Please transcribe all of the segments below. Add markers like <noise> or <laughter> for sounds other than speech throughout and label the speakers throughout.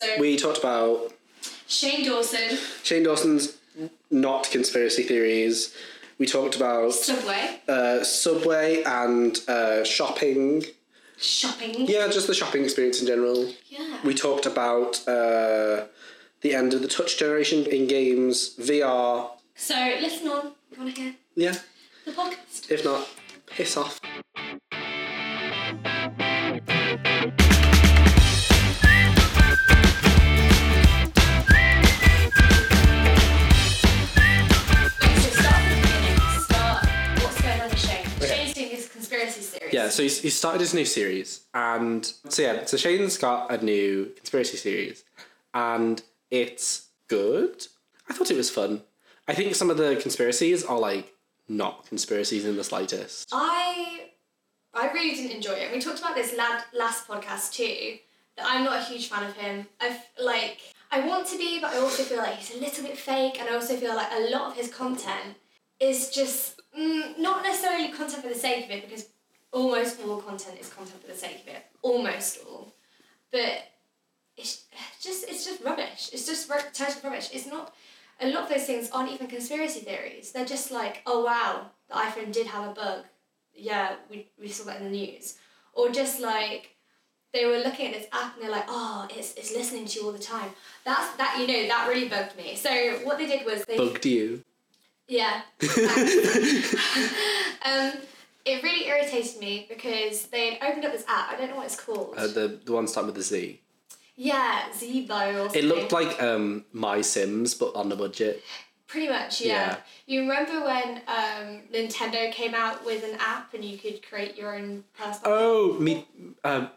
Speaker 1: So
Speaker 2: We talked about
Speaker 1: Shane Dawson,
Speaker 2: Shane Dawson's not conspiracy theories. We talked about
Speaker 1: Subway,
Speaker 2: uh, Subway and uh, shopping.
Speaker 1: shopping.
Speaker 2: Yeah, just the shopping experience in general.
Speaker 1: Yeah.
Speaker 2: We talked about uh, the end of the touch generation in games, VR.
Speaker 1: So listen on. You want to hear
Speaker 2: Yeah,
Speaker 1: the podcast?
Speaker 2: if not, piss off.
Speaker 1: Wait, so start from the beginning. Start. What's going on with Shane? Shane's doing his conspiracy series.
Speaker 2: Yeah, so he's, he started his new series, and so yeah, so Shane's got a new conspiracy series, and it's good. I thought it was fun. I think some of the conspiracies are like not conspiracies in the slightest.
Speaker 1: I I really didn't enjoy it. We talked about this lad, last podcast too. That I'm not a huge fan of him. I f- like I want to be, but I also feel like he's a little bit fake, and I also feel like a lot of his content is just mm, not necessarily content for the sake of it, because almost all content is content for the sake of it. Almost all, but it's just it's just rubbish. It's just r- total rubbish. It's not. A lot of those things aren't even conspiracy theories. They're just like, oh wow, the iPhone did have a bug. Yeah, we, we saw that in the news. Or just like they were looking at this app and they're like, oh, it's, it's listening to you all the time. That's that you know that really bugged me. So what they did was they
Speaker 2: Bugged you. <laughs>
Speaker 1: yeah. <laughs> um, it really irritated me because they had opened up this app. I don't know what it's called.
Speaker 2: Uh, the the one starting with the Z.
Speaker 1: yeah, Zeebo. or
Speaker 2: It
Speaker 1: something.
Speaker 2: looked like um My Sims, but on a budget.
Speaker 1: Pretty much,
Speaker 2: Yeah.
Speaker 1: yeah. You remember when um, Nintendo came out with an app and you could create your own personal.
Speaker 2: Oh, me. Um,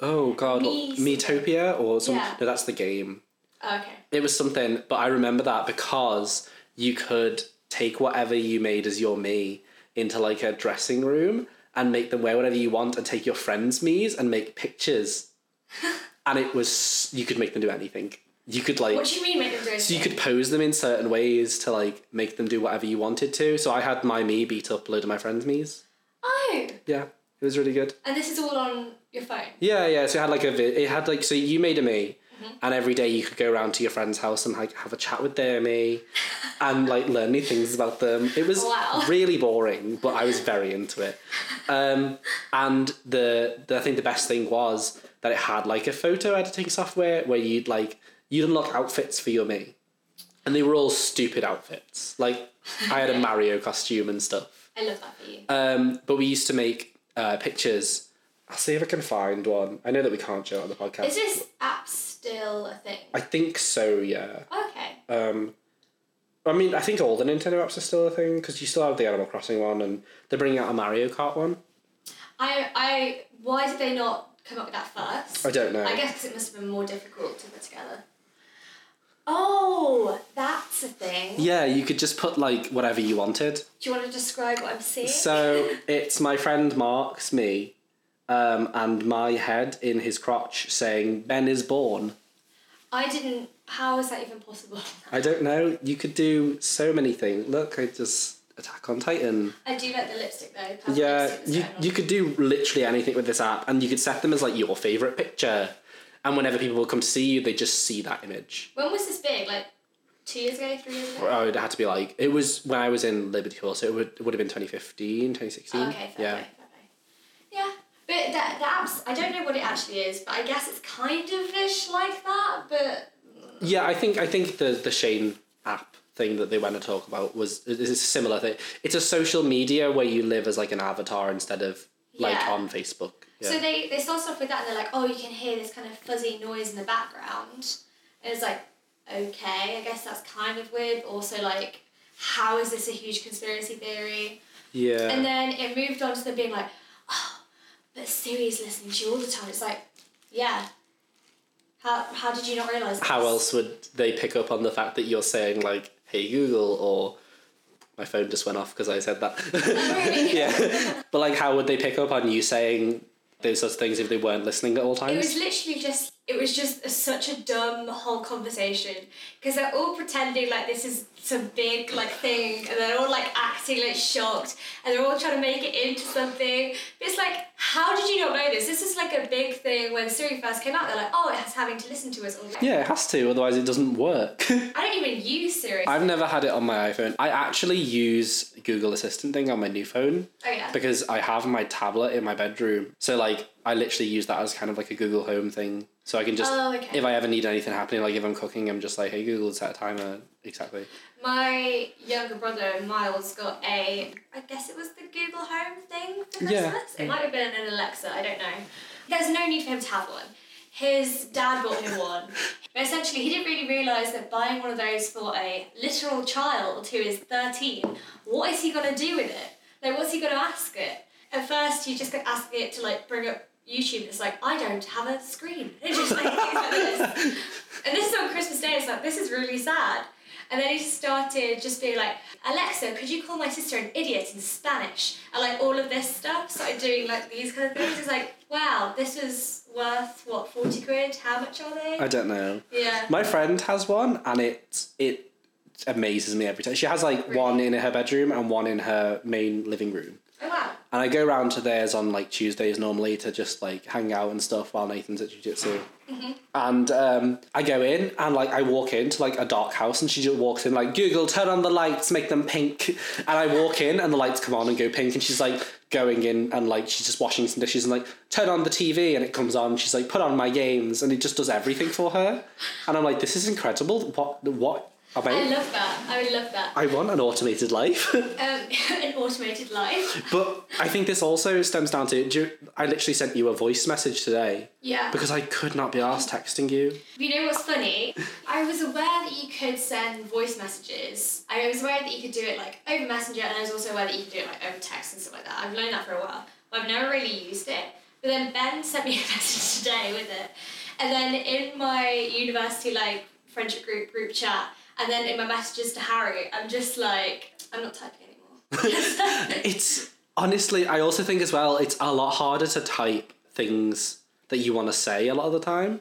Speaker 2: oh God,
Speaker 1: Me-
Speaker 2: Metopia or some.
Speaker 1: Yeah.
Speaker 2: No, that's the game.
Speaker 1: Oh, okay.
Speaker 2: It was something, but I remember that because you could take whatever you made as your me into like a dressing room and make them wear whatever you want and take your friends' me's and make pictures. and it was you could make them do anything. You could like
Speaker 1: What do you mean make them do
Speaker 2: So you could pose them in certain ways to like make them do whatever you wanted to. So I had my me beat up a load of my friends' me's.
Speaker 1: Oh,
Speaker 2: Yeah, it was really good.
Speaker 1: and this is all on your phone.
Speaker 2: Yeah, yeah. So it had like a vi- it had like so you made a me, and every day you could go around to your friend's house and like have a chat with their me, and like learn new things about them. It was
Speaker 1: Wow.
Speaker 2: really boring, but I was very into it. Um, and the, the I think the best thing was that it had like a photo editing software where you'd like you'd unlock outfits for your me, and they were all stupid outfits. Like I had a Mario costume and stuff.
Speaker 1: I love that for you.
Speaker 2: Um, but we used to make uh, pictures. I'll see if I can find one. I know that we can't show it on the podcast.
Speaker 1: is this app still a thing?
Speaker 2: I think so, yeah.
Speaker 1: Okay.
Speaker 2: Um, I mean, I think all the Nintendo apps are still a thing because you still have the Animal Crossing one, and they're bringing out a Mario Kart one.
Speaker 1: I I why did they not come up with that first?
Speaker 2: I don't know.
Speaker 1: I guess 'cause it must have been more difficult to put together. Oh, that's a thing.
Speaker 2: Yeah, you could just put like whatever you wanted.
Speaker 1: Do you want to describe what I'm seeing? <laughs>
Speaker 2: So it's my friend Mark's me, um, and my head in his crotch saying Ben is born.
Speaker 1: I didn't. How is that even possible? <laughs>
Speaker 2: I don't know. You could do so many things. Look, I just Attack on Titan.
Speaker 1: I do like the lipstick though. purple
Speaker 2: Yeah,
Speaker 1: lipstick that's
Speaker 2: you,
Speaker 1: going on.
Speaker 2: you could do literally anything with this app, and you could set them as like your favorite picture. And whenever people come to see you, they just see that image.
Speaker 1: When was this big? Like two years ago, three years ago?
Speaker 2: Oh, it had to be like it was when I was in Liberty Hall, so it would it would have been 2015, 2016.
Speaker 1: Oh, Okay, fair
Speaker 2: yeah.
Speaker 1: play, fair play. Yeah, but the, the apps, I don't know what it actually is, but I guess it's kind of ish like that, but
Speaker 2: Yeah, I think I think the the Shane app thing that they went to talk about was is a similar thing. It's a social media where you live as like an avatar instead of like
Speaker 1: Yeah.
Speaker 2: on Facebook. Yeah.
Speaker 1: So they, they start off with that and they're like, oh, you can hear this kind of fuzzy noise in the background. And it's like, okay, I guess that's kind of weird, but also like, how is this a huge conspiracy theory?
Speaker 2: yeah.
Speaker 1: And then it moved on to them being like, oh, but Siri's listening to you all the time. It's like, yeah. How, how did you not realise
Speaker 2: how
Speaker 1: this?
Speaker 2: else would they pick up on the fact that you're saying like hey google or my phone just went off because i said that <laughs>
Speaker 1: really?
Speaker 2: yeah but like how would they pick up on you saying those sorts of things if they weren't listening at all
Speaker 1: It
Speaker 2: times
Speaker 1: was literally just It was just a- such a dumb whole conversation because they're all pretending like this is some big like thing, and they're all like acting like shocked, and they're all trying to make it into something. But it's like, how did you not know this? This is like a big thing when Siri first came out. They're like, oh, it's having to listen to us all. day.
Speaker 2: Yeah, it has to, otherwise it doesn't work. <laughs>
Speaker 1: I don't even use Siri.
Speaker 2: I've never had it on my iPhone. I actually use Google Assistant thing on my new phone
Speaker 1: oh yeah.
Speaker 2: because I have my tablet in my bedroom. So like I literally use that as kind of like a Google Home thing. So I can just
Speaker 1: Oh, okay.
Speaker 2: if I ever need anything happening, like if I'm cooking, I'm just like, hey Google, set a timer. Exactly.
Speaker 1: My younger brother Miles got a, I guess it was the Google Home thing for Christmas.
Speaker 2: Yeah.
Speaker 1: It might have been an Alexa. I don't know. There's no need for him to have one. His dad bought him one. But essentially, he didn't really realise that buying one of those for a literal child who is 13, what is he gonna do with it? Like, what's he gonna ask it? At first, he just kept asking it to like bring up YouTube. It's like I don't have a screen. It's just like, things like this. And this is on Christmas Day. It's like, this is really sad. And then he started just being like, Alexa, could you call my sister an idiot in Spanish? And like all of this stuff. Started doing like these kind of things. It's like, wow, this was worth what, 40 quid? How much are they?
Speaker 2: I don't know.
Speaker 1: yeah.
Speaker 2: My friend has one, and it it amazes me every time. She has like
Speaker 1: Really?
Speaker 2: one in her bedroom and one in her main living room.
Speaker 1: oh wow.
Speaker 2: And I go round to theirs on like Tuesdays normally to just like hang out and stuff while Nathan's at jujitsu. And um, I go in and like I walk into like a dark house and she just walks in like Google turn on the lights make them pink and I walk in and the lights come on and go pink and she's like going in and like she's just washing some dishes and like turn on the TV and it comes on she's like put on my games and it just does everything for her and I'm like this is incredible what what am I,
Speaker 1: I love that. I would love that.
Speaker 2: I want an automated life. <laughs>
Speaker 1: Um, <laughs> an automated life.
Speaker 2: But I think this also stems down to do you, I literally sent you a voice message today
Speaker 1: Yeah.
Speaker 2: because I could not be asked texting you.
Speaker 1: You know what's funny? I was aware that you could send voice messages. I was aware that you could do it like over Messenger, and I was also aware that you could do it like over text and stuff like that. I've known that for a while, but I've never really used it. But then Ben sent me <laughs> a message today with it, and then in my university like friendship group group chat, and then in my messages to Harry, I'm just like, I'm not typing anymore.
Speaker 2: It's honestly, I also think as well, it's a lot harder to type things that you want to say a lot of the time.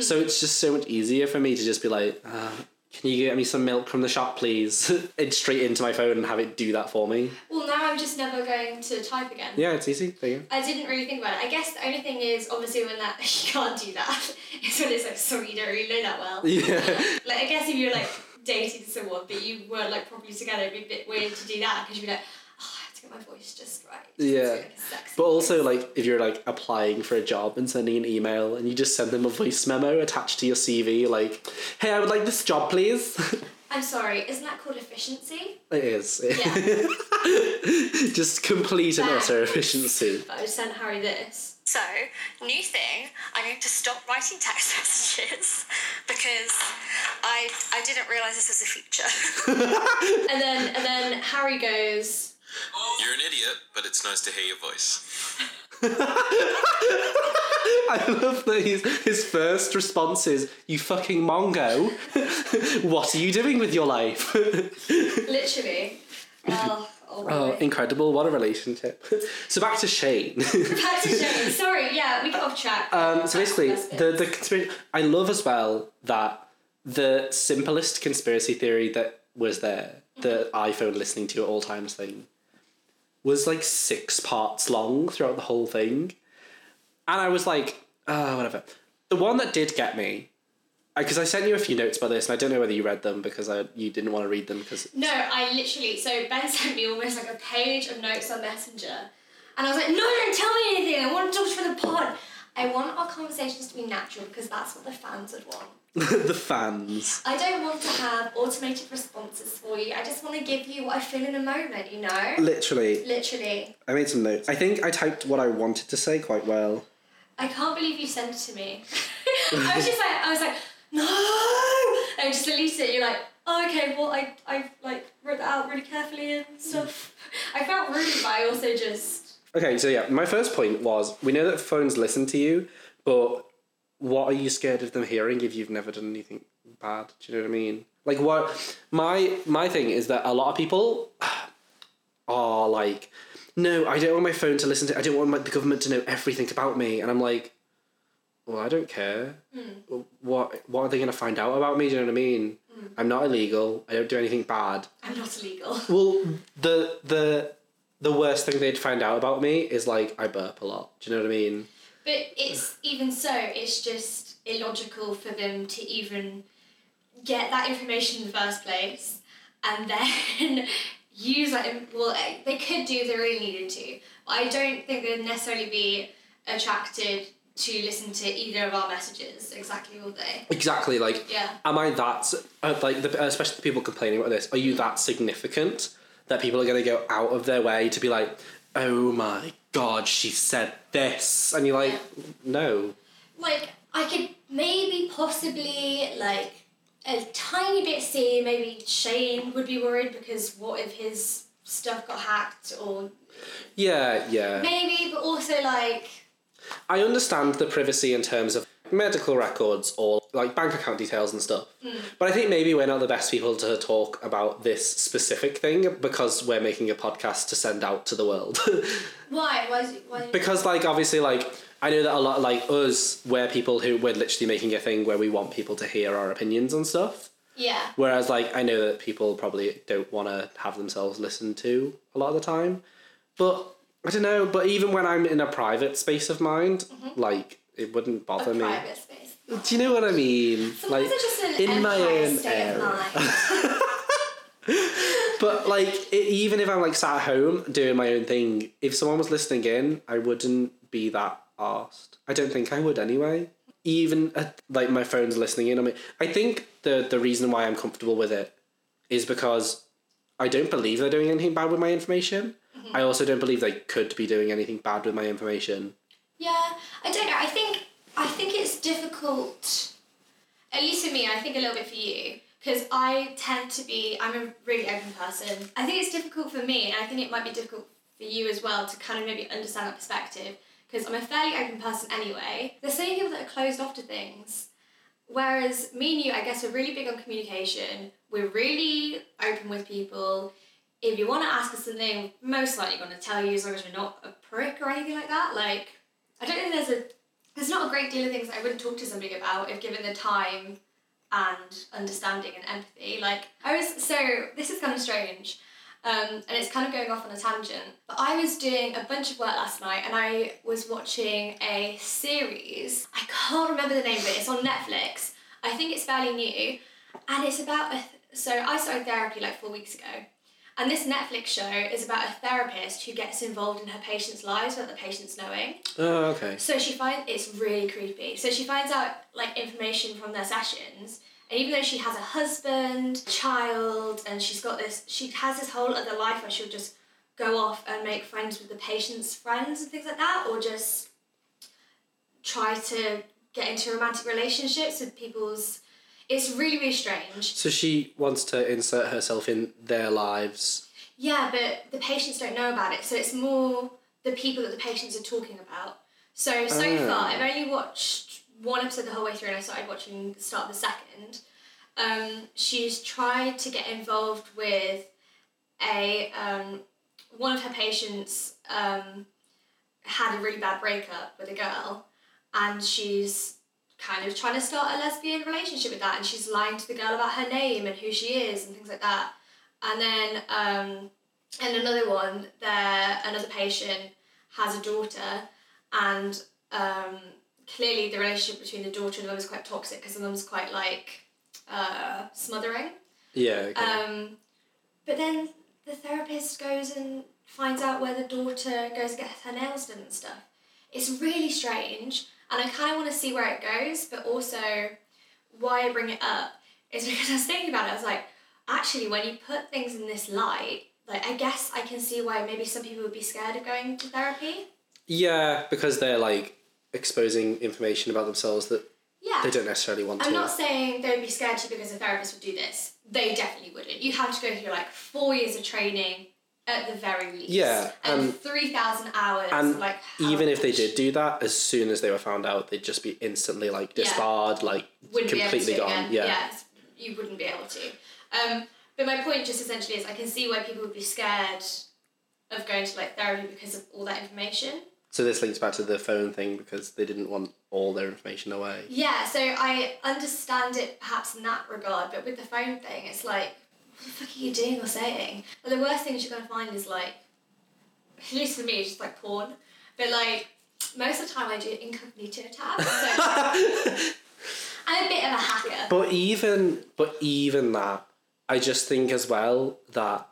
Speaker 2: So it's just so much easier for me to just be like, uh, can you get me some milk from the shop, please? <laughs> and straight into my phone and have it do that for me.
Speaker 1: well, now I'm just never going to type again.
Speaker 2: Yeah, it's easy. There you go. <laughs>
Speaker 1: I didn't really think about it. I guess the only thing is obviously when that <laughs> you can't do that. It's when it's like sorry you don't really know that well.
Speaker 2: Yeah.
Speaker 1: Like I guess if you're like dating someone but you weren't like properly together, it'd be a bit weird to do that because you'd be like, oh, I have to get my voice just right.
Speaker 2: Yeah.
Speaker 1: It's like a sexy
Speaker 2: But also,
Speaker 1: voice.
Speaker 2: like, if you're like applying for a job and sending an email, and you just send them a voice memo attached to your CV, like, "Hey, I would like this job, please." <laughs>
Speaker 1: I'm sorry, isn't that called efficiency?
Speaker 2: it is. <laughs>
Speaker 1: Yeah.
Speaker 2: just complete and utter efficiency.
Speaker 1: But I just sent Harry this.
Speaker 3: So, new thing, I'm going to stop writing text <laughs> messages because I I didn't realise this was a feature. <laughs>
Speaker 1: And then and then Harry goes,
Speaker 4: You're an idiot, but it's nice to hear your voice.
Speaker 2: I love that his, his first response is, "You fucking mongo! <laughs> what are you doing with your life?" <laughs>
Speaker 1: literally, well,
Speaker 2: oh,
Speaker 1: oh,
Speaker 2: incredible! What a relationship. so back to Shane.
Speaker 1: back to Shane. Sorry, yeah, we got off track.
Speaker 2: Um, so basically,
Speaker 1: That's it.
Speaker 2: the the conspiracy. I love as well that the simplest conspiracy theory that was there, the
Speaker 1: Mm-hmm.
Speaker 2: iPhone listening to at all times thing, was like six parts long throughout the whole thing, and I was like, ah, whatever. The one that did get me, because I sent you a few notes about this, and I don't know whether you read them because I you didn't want to read them because
Speaker 1: No, I literally. So Ben <laughs> sent me almost like a page of notes on Messenger, and I was like, "No, don't tell me anything. I want to talk for the pod. I want our conversations to be natural because that's what the fans would want.
Speaker 2: <laughs> the fans.
Speaker 1: I don't want to have automated responses for you. I just want to give you what I feel in a moment. You know,
Speaker 2: Literally,
Speaker 1: literally.
Speaker 2: I made some notes. I think I typed what I wanted to say quite well.
Speaker 1: I can't believe you sent it to me. <laughs> I was just like, I was like, no. And I just deleted it. You're like, oh, okay. Well, I, I like wrote that out really carefully and stuff. <laughs> I felt rude, but I also just.
Speaker 2: Okay, so yeah, my first point was we know that phones listen to you, but what are you scared of them hearing if you've never done anything bad? Do you know what I mean? Like what my my thing is that a lot of people <sighs> are like, no, I don't want my phone to listen to. I don't want my, the government to know everything about me, and I'm like, well, I don't care. What what are they gonna find out about me? Do you know what I mean? I'm not illegal. I don't do anything bad.
Speaker 1: I'm not illegal.
Speaker 2: Well, the the the worst thing they'd find out about me is like I burp a lot. Do you know what I mean?
Speaker 1: <laughs> But it's even so, it's just illogical for them to even get that information in the first place and then <laughs> use that. in- Well, eh, they could do if they really needed to. But I don't think they'd necessarily be attracted to listen to either of our messages exactly, will they?
Speaker 2: Exactly. Like,
Speaker 1: Yeah.
Speaker 2: am I that uh, like the, especially the people complaining about this? Are you that significant that people are gonna go out of their way to be like, oh my god, she said this, and you're like, no,
Speaker 1: like I could maybe possibly like a tiny bit see maybe Shane would be worried because what if his stuff got hacked or
Speaker 2: yeah, yeah.
Speaker 1: maybe but also like
Speaker 2: I understand the privacy in terms of medical records or like bank account details and stuff. But I think maybe we're not the best people to talk about this specific thing because we're making a podcast to send out to the world. <laughs>
Speaker 1: why why is it, why is it-
Speaker 2: because like obviously like I know that a lot like us we're people who we're literally making a thing where we want people to hear our opinions and stuff.
Speaker 1: yeah
Speaker 2: Whereas like I know that people probably don't want to have themselves listened to a lot of the time. But I don't know, but even when I'm in a private space of mind, like it wouldn't
Speaker 1: Mm-hmm. a
Speaker 2: bother me.
Speaker 1: private space
Speaker 2: Do you know what I mean?
Speaker 1: Sometimes it's just an
Speaker 2: in my
Speaker 1: empire
Speaker 2: own
Speaker 1: state
Speaker 2: area.
Speaker 1: of mind
Speaker 2: But like, it, even if I'm like sat at home doing my own thing, if someone was listening in, I wouldn't be that asked. I don't think I would anyway. Even at, like my phone's listening in. I mean, I think the the reason why I'm comfortable with it is because I don't believe they're doing anything bad with my information. I also don't believe they could be doing anything bad with my information.
Speaker 1: Yeah, I don't know. I think I think it's difficult. At least for me, I think a little bit for you, because I tend to be. I'm a really open person. I think it's difficult for me, and I think it might be difficult for you as well to kind of maybe understand that perspective. Because I'm a fairly open person anyway. There's so many people that are closed off to things. Whereas me and you, I guess, are really big on communication. We're really open with people. If you want to ask us something, we're most likely going to tell you as long as we're not a prick or anything like that. Like, I don't think there's a there's not a great deal of things I wouldn't talk to somebody about if given the time and understanding and empathy. Like I was so this is kind of strange. Um, and it's kind of going off on a tangent. But I was doing a bunch of work last night and I was watching a series. I can't remember the name of it, it's on Netflix. I think it's fairly new. And it's about a so I started therapy like four weeks ago. And this Netflix show is about a therapist who gets involved in her patients' lives without the patients knowing.
Speaker 2: Oh, okay.
Speaker 1: So she finds it's really creepy. So she finds out like information from their sessions, and even though she has a husband, child, and she's got this, she has this whole other life where she'll just go off and make friends with the patient's friends and things like that, or just try to get into romantic relationships with people's. It's really really strange.
Speaker 2: So she wants to insert herself in their lives
Speaker 1: Yeah, but the patients don't know about it, so it's more the people that the patients are talking about. So so
Speaker 2: Oh.
Speaker 1: far, I've only watched one episode the whole way through, and I started watching the start of the second. Um, she's tried to get involved with a um, one of her patients um, had a really bad breakup with a girl, and she's kind of trying to start a lesbian relationship with that, and she's lying to the girl about her name and who she is and things like that. And then um, and another one, there another patient has a daughter, and um, clearly the relationship between the daughter and the mum is quite toxic because the mum's quite like uh, smothering.
Speaker 2: Yeah. Okay.
Speaker 1: Um, but then the therapist goes and finds out where the daughter goes and gets her nails done and stuff. It's really strange, and I kind of want to see where it goes, but also why I bring it up is <laughs> because I was thinking about it. I was like, actually, when you put things in this light, like I guess I can see why maybe some people would be scared of going to therapy.
Speaker 2: yeah, because they're like exposing information about themselves that
Speaker 1: Yeah.
Speaker 2: they don't necessarily want
Speaker 1: I'm
Speaker 2: to.
Speaker 1: not saying they'd be scared to because a therapist would do this. They definitely wouldn't. You have to go through like four years of training at the very least.
Speaker 2: Yeah,
Speaker 1: And
Speaker 2: um,
Speaker 1: three thousand hours.
Speaker 2: and
Speaker 1: like how
Speaker 2: Even if they
Speaker 1: much
Speaker 2: did do that, as soon as they were found out, they'd just be instantly like
Speaker 1: Yeah.
Speaker 2: disbarred, like
Speaker 1: wouldn't
Speaker 2: completely
Speaker 1: be able to
Speaker 2: gone.
Speaker 1: again.
Speaker 2: Yeah.
Speaker 1: Yes, you wouldn't be able to. Um, but my point just essentially is I can see why people would be scared of going to like therapy because of all that information.
Speaker 2: So this links back to the phone thing because they didn't want all their information away.
Speaker 1: Yeah, so I understand it perhaps in that regard, but with the phone thing, it's like, what the fuck are you doing or saying? But the worst things you're gonna find is like, <laughs> at least for me, it's just like porn. But like, most of the time I do incognito tabs. So
Speaker 2: <laughs>
Speaker 1: I'm a bit of a hacker.
Speaker 2: But even but even that, I just think as well that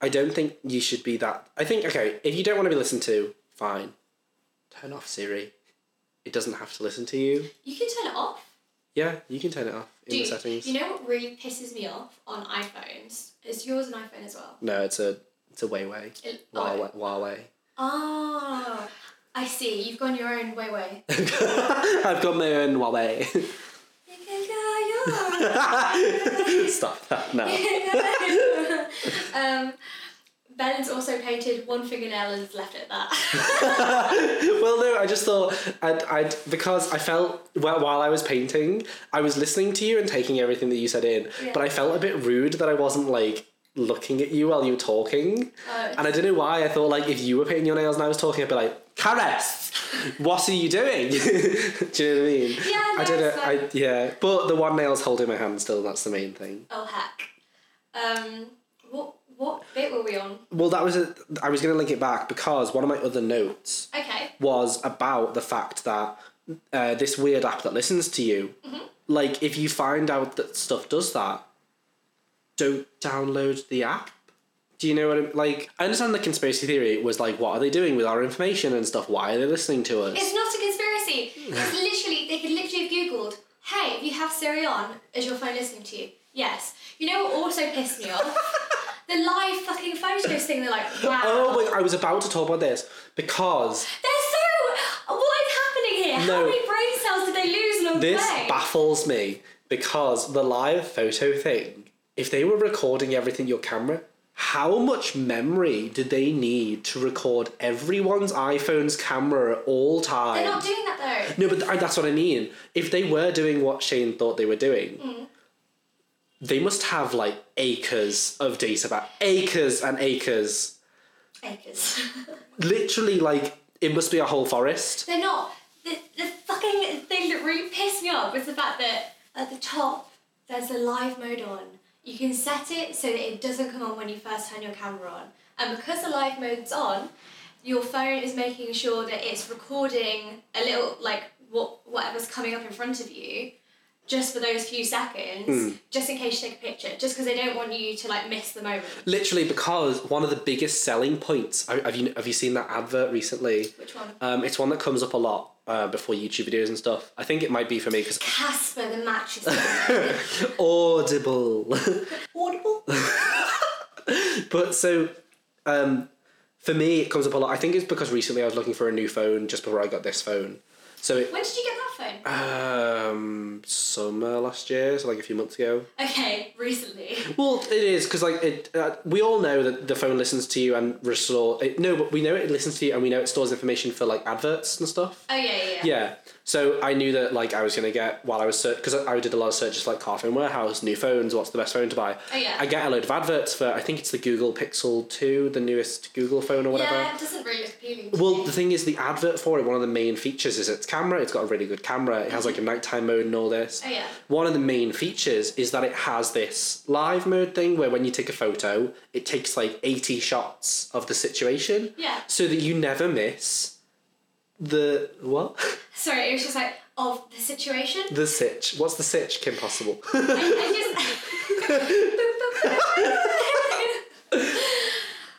Speaker 2: I don't think you should be that. I think okay, if you don't want to be listened to, fine, turn off Siri. It doesn't have to listen to you.
Speaker 1: You can turn it off.
Speaker 2: Yeah, you can turn it off in
Speaker 1: Dude,
Speaker 2: the settings.
Speaker 1: you know what really pisses me off on iPhones? Is yours an iPhone as well?
Speaker 2: no, it's a it's a Weiwei.
Speaker 1: It-
Speaker 2: Huawei. Huawei.
Speaker 1: Oh, I see. You've gone your own way,
Speaker 2: <laughs>
Speaker 1: way.
Speaker 2: <laughs> I've got my own Huawei. <laughs>
Speaker 1: You can go your own
Speaker 2: Stop that now. <laughs>
Speaker 1: um, Ben's also painted one fingernail and has left it at that. <laughs>
Speaker 2: well, no, I just thought I'd, I'd because I felt well, while I was painting, I was listening to you and taking everything that you said in,
Speaker 1: Yeah.
Speaker 2: but I felt a bit rude that I wasn't like looking at you while you were talking,
Speaker 1: Oh.
Speaker 2: <laughs> and I don't know why. I thought like if you were painting your nails and I was talking, I'd be like, "Caress, what are you doing?" <laughs> Do you know what I mean?
Speaker 1: Yeah, no,
Speaker 2: I don't know.
Speaker 1: it's
Speaker 2: I,
Speaker 1: fine.
Speaker 2: yeah, but the one nail's holding my hand still. That's the main thing.
Speaker 1: oh heck. Um, what what bit were we on?
Speaker 2: Well, that was it. I was going to link it back because one of my other notes
Speaker 1: Okay.
Speaker 2: was about the fact that uh, this weird app that listens to you, like if you find out that stuff does that, don't download the app. Do you know what I'm like? I understand the conspiracy theory was like, what are they doing with our information and stuff? Why are they listening to us?
Speaker 1: It's not a conspiracy.
Speaker 2: <laughs>
Speaker 1: It's literally they could literally have googled, hey, if you have Siri on, is your phone listening to you? Yes. You know what also pissed
Speaker 2: <laughs>
Speaker 1: me off? the live fucking photos thing. They're like, wow.
Speaker 2: oh, wait, I was about to talk about this because
Speaker 1: They're so. What is happening here?
Speaker 2: No.
Speaker 1: How many brain cells did they lose along
Speaker 2: this
Speaker 1: the way?
Speaker 2: baffles me because the live photo thing, if they were recording everything your camera, how much memory did they need to record everyone's iPhone's camera at all time?
Speaker 1: They're not doing that though.
Speaker 2: no, but th- that's what I mean. If they were doing what Shane thought they were doing,
Speaker 1: Mm.
Speaker 2: they must have like acres of data back, acres and acres.
Speaker 1: Acres. <laughs>
Speaker 2: Literally, like it must be a whole forest.
Speaker 1: They're not. The, the fucking thing that really pissed me off was the fact that at the top there's a live mode on. You can set it so that it doesn't come on when you first turn your camera on. And because the live mode's on, your phone is making sure that it's recording a little like what whatever's coming up in front of you just for those few seconds, just in case you take a picture, just because they don't want you to like miss the moment.
Speaker 2: Literally, because one of the biggest selling points. Have you have you seen that advert recently?
Speaker 1: Which one?
Speaker 2: Um, it's one that comes up a lot uh, before YouTube videos and stuff. I think it might be for me because
Speaker 1: Casper the mattress. man.
Speaker 2: Audible.
Speaker 1: Audible?
Speaker 2: <laughs> but so, um, for me, it comes up a lot. I think it's because recently I was looking for a new phone just before I got this phone. So it
Speaker 1: When did you get that phone?
Speaker 2: um summer last year, so like a few months ago.
Speaker 1: Okay, recently.
Speaker 2: Well, it is because like it, uh, we all know that the phone listens to you and restore. It, no, but we know it listens to you and we know it stores information for like adverts and stuff.
Speaker 1: Oh yeah, yeah.
Speaker 2: Yeah. So I knew that like I was gonna get while I was because I did a lot of searches like car phone warehouse, new phones, what's the best phone to buy.
Speaker 1: Oh, yeah.
Speaker 2: I get a load of adverts for I think it's the Google Pixel Two, the newest Google phone or whatever.
Speaker 1: Yeah, it doesn't really look appealing. to
Speaker 2: Well,
Speaker 1: me.
Speaker 2: the thing is, the advert for it, one of the main features is its camera. It's got a really good camera. It has like a nighttime mode and all this.
Speaker 1: Mm-hmm. Oh, yeah.
Speaker 2: One of the main features is that it has this live mode thing where when you take a photo, it takes like 80 shots of the situation.
Speaker 1: Yeah.
Speaker 2: So that you never miss the. What? <laughs>
Speaker 1: sorry, it was just like of the situation.
Speaker 2: The sitch. What's the sitch, Kim Possible? <laughs>
Speaker 1: I, I just. <laughs>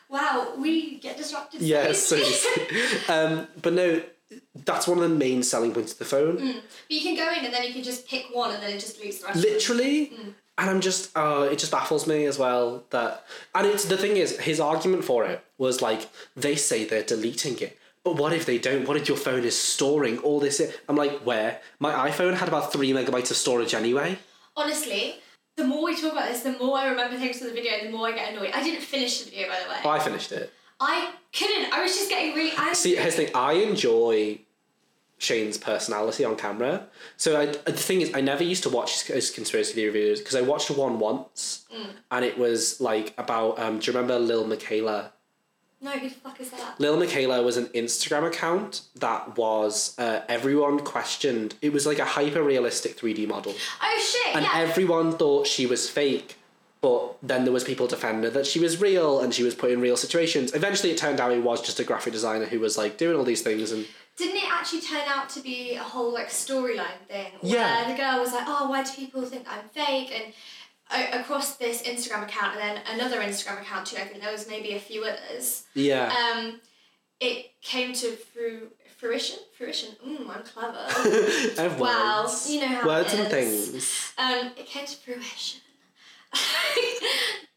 Speaker 1: wow, we get disrupted. so
Speaker 2: yes. so
Speaker 1: easily.
Speaker 2: it's- um, but no, that's one of the main selling points of the phone.
Speaker 1: but you can go in and then you can just pick one and then it just loops the rest. of them.
Speaker 2: literally and i'm just uh, it just baffles me as well that and it's the thing is his argument for it was like they say they're deleting it but what if they don't what if your phone is storing all this i- i'm like where my iphone had about three megabytes of storage anyway
Speaker 1: Honestly, the more we talk about this, the more I remember things from the video, the more I get annoyed. I didn't finish the video, by the way.
Speaker 2: Oh, i finished it
Speaker 1: I couldn't. I was just getting really angry.
Speaker 2: see here's the thing i enjoy shane's personality on camera so I, the thing is i never used to watch his, his conspiracy theory videos because i watched one once and it was like about um, do you remember lil michaela
Speaker 1: No, who the fuck is that?
Speaker 2: Lil Michaela was an Instagram account that was uh, everyone questioned. It was like a hyper realistic 3D model.
Speaker 1: Oh shit!
Speaker 2: And
Speaker 1: yeah.
Speaker 2: everyone thought she was fake, but then there was people defending her that she was real and she was put in real situations. Eventually it turned out it was just a graphic designer who was like doing all these things and
Speaker 1: Didn't it actually turn out to be a whole like storyline thing?
Speaker 2: Yeah.
Speaker 1: Where the girl was like, oh, why do people think I'm fake? And uh, across this Instagram account and then another Instagram account too, I think there was maybe a few others.
Speaker 2: yeah.
Speaker 1: Um, it came to fru- fruition. Fruition. Mm, I'm clever.
Speaker 2: <laughs> I have
Speaker 1: Wow,
Speaker 2: words.
Speaker 1: you know how
Speaker 2: words
Speaker 1: it
Speaker 2: and
Speaker 1: is.
Speaker 2: things.
Speaker 1: Um, it came to fruition.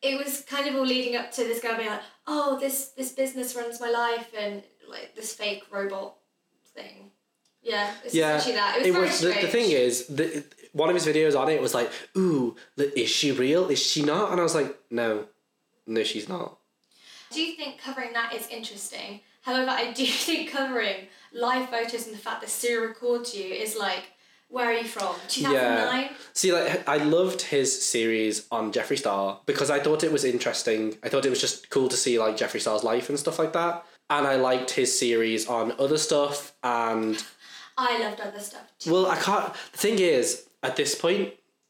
Speaker 1: <laughs> it was kind of all leading up to this girl being like, "Oh, this this business runs my life," and like this fake robot thing. Yeah, it's
Speaker 2: Yeah,
Speaker 1: actually that. It was, very
Speaker 2: the, the thing
Speaker 1: strange.
Speaker 2: is the, one of his videos on it was like, "Ooh, li- is she real? Is she not?" And I was like, "No, no, she's not."
Speaker 1: I do think covering that is interesting. However, I do <laughs> think covering live photos and the fact that Siri records you is like, where are you from? Two thousand nine.
Speaker 2: Yeah. See, like I loved his series on Jeffree Star because I thought it was interesting. I thought it was just cool to see like Jeffree Star's life and stuff like that. And I liked his series on other stuff. And
Speaker 1: I loved other stuff too.
Speaker 2: well, I can't. The thing is, at this point,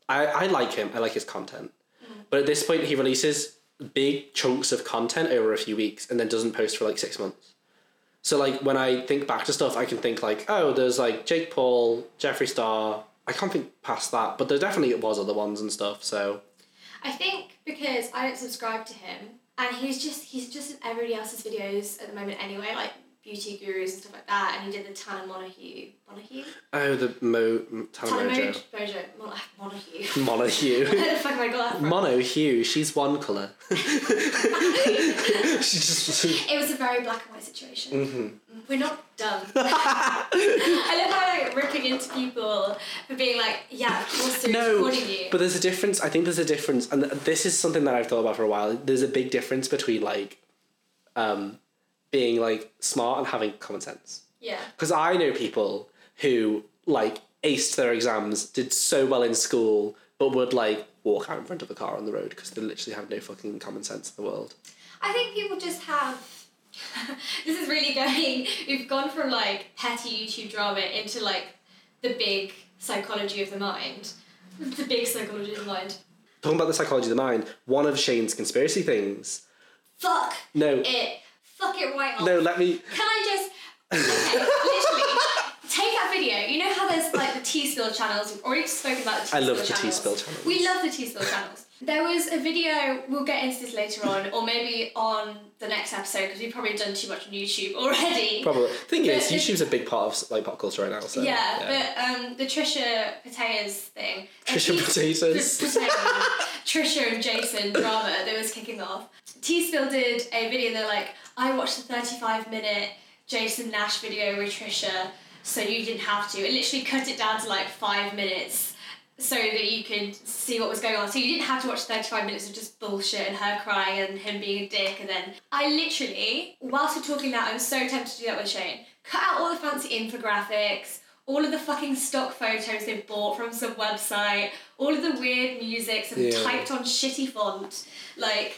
Speaker 2: I I like him. I like his content. But at this point, he releases big chunks of content over a few weeks and then doesn't post for like six months. So like when I think back to stuff, I can think like, oh, there's like Jake Paul, Jeffree Star. I can't think past that, but there definitely was other ones and stuff. So
Speaker 1: I think because I don't subscribe to him, and he's just he's just in everybody else's videos at the moment anyway, like beauty gurus and stuff like that. And he did the Tana Monahue, Monahue,
Speaker 2: oh, the Mo m-
Speaker 1: Tana
Speaker 2: Tanamojo,
Speaker 1: Mojo, Mojo, Mon- ah, Monahue.
Speaker 2: <laughs> mono hue,
Speaker 1: Where the fuck am I got that from?
Speaker 2: mono hue. She's one color. <laughs> she just
Speaker 1: It was a very black and white situation.
Speaker 2: Mm-hmm.
Speaker 1: Mm, We're not
Speaker 2: <laughs>
Speaker 1: dumb. <laughs> I love how like ripping into people for being like, yeah, of course they're
Speaker 2: no.
Speaker 1: recording you.
Speaker 2: But there's a difference. I think there's a difference, and th- this is something that I've thought about for a while. There's a big difference between like, um, being like smart and having common sense.
Speaker 1: yeah.
Speaker 2: because I know people who like aced their exams, did so well in school, but would like walk out in front of a car on the road because they literally have no fucking common sense in the world.
Speaker 1: I think people just have. <laughs> this is really going. We've gone from like petty YouTube drama into like the big psychology of the mind. The big psychology of the mind.
Speaker 2: Talking about the psychology of the mind, one of Shane's conspiracy things.
Speaker 1: Fuck
Speaker 2: No,
Speaker 1: it. Fuck it right off.
Speaker 2: no, let me.
Speaker 1: Can I
Speaker 2: <laughs>
Speaker 1: just. Okay, literally. Take that video. You know how there's like the tea spill channels. We've already spoken about the tea
Speaker 2: I love the tea
Speaker 1: spill channels.
Speaker 2: spill channels.
Speaker 1: We love the tea spill channels. There was a video. We'll get into this later on, or maybe on the next episode because we've probably done too much on YouTube already.
Speaker 2: Probably. Thing
Speaker 1: <laughs>
Speaker 2: is,
Speaker 1: But-
Speaker 2: YouTube's a big part of like pop culture right now. So
Speaker 1: Yeah, but um, the Trisha Pataya's thing.
Speaker 2: Trisha Paytas.
Speaker 1: Pataya's. Trisha and Jason drama that was kicking off. T Spill did a video, they're like, I watched the 35 minute Jason Nash video with Trisha, so you didn't have to. It literally cut it down to like five minutes so that you could see what was going on. So you didn't have to watch 35 minutes of just bullshit and her crying and him being a dick. And then I literally, whilst we're talking that, I'm so tempted to do that with Shane. Cut out all the fancy infographics, all of the fucking stock photos they've bought from some website, all of the weird music, some
Speaker 2: Yeah.
Speaker 1: typed on shitty font. Like,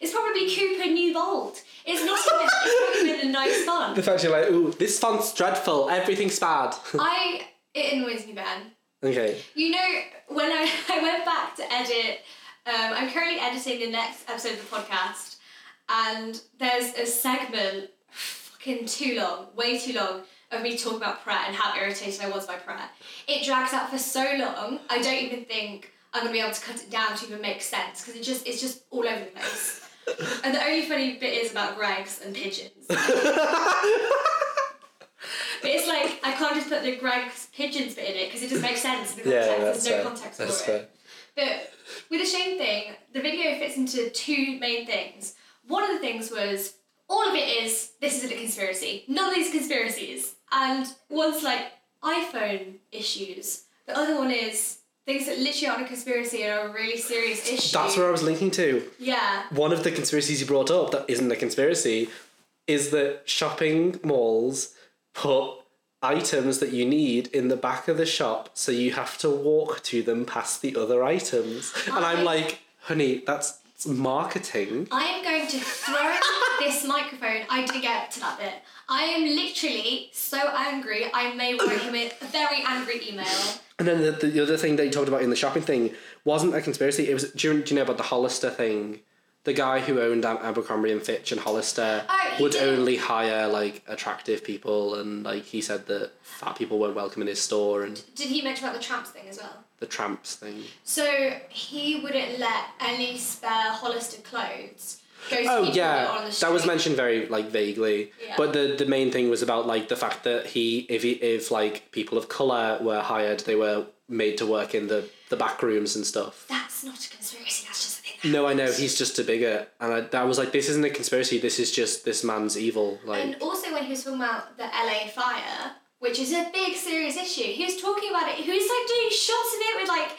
Speaker 1: it's probably Cooper Newbold. It's not even, it's not even a nice
Speaker 2: <laughs>
Speaker 1: font.
Speaker 2: the fact you're like, ooh, this font's dreadful. Everything's bad. <laughs>
Speaker 1: I, it annoys me, Ben.
Speaker 2: okay.
Speaker 1: You know, when I, <laughs> I went back to edit, um, I'm currently editing the next episode of the podcast, and there's a segment, fucking too long, way too long, of me talking about prayer and how irritated I was by prayer. It drags out for so long, I don't even think I'm gonna be able to cut it down to even make sense because it just it's just all over the place. and the only funny bit is about Gregs and pigeons. But it's like I can't just put the Greg's pigeons bit in it because it doesn't make sense in the
Speaker 2: Yeah,
Speaker 1: context.
Speaker 2: that's
Speaker 1: There's no
Speaker 2: fair.
Speaker 1: context
Speaker 2: That's
Speaker 1: for
Speaker 2: fair.
Speaker 1: it. But with the Shane thing, the video fits into two main things. One of the things was all of it is this isn't a conspiracy. None of these conspiracies. And one's like iPhone issues. The other one is things that literally aren't a conspiracy and are a really serious issue.
Speaker 2: That's where I was linking to.
Speaker 1: Yeah.
Speaker 2: one of the conspiracies you brought up that isn't a conspiracy is that shopping malls put items that you need in the back of the shop so you have to walk to them past the other items and i'm like honey that's It's marketing.
Speaker 1: I am going to
Speaker 2: <laughs>
Speaker 1: throw at this microphone. I didn't get to that bit. I am literally so angry. I may
Speaker 2: <coughs>
Speaker 1: write him a very angry email.
Speaker 2: And then the, the other thing that you talked about in the shopping thing wasn't a conspiracy. It was, do you, do you know about the Hollister thing? The guy who owned Ab- Abercrombie and Fitch and Hollister
Speaker 1: Oh, he
Speaker 2: would
Speaker 1: did.
Speaker 2: only hire like attractive people, and like he said that fat people weren't welcome in his store and
Speaker 1: Did he mention about the tramps thing as well?
Speaker 2: the tramps thing.
Speaker 1: So he wouldn't let any spare Hollister clothes go to
Speaker 2: Oh
Speaker 1: people that are on
Speaker 2: yeah,
Speaker 1: the street.
Speaker 2: that was mentioned very like vaguely.
Speaker 1: Yeah.
Speaker 2: But the the main thing was about like the fact that he if he, if like people of color were hired, they were made to work in the the back rooms and stuff.
Speaker 1: That's not a conspiracy. That's just a thing. that
Speaker 2: No, I know
Speaker 1: happens.
Speaker 2: he's just a bigot, and I, that was like this isn't a conspiracy. This is just this man's evil. Like
Speaker 1: And also when he was talking about the LA fire, which is a big serious issue, he was talking about it. He was like doing shots of it with like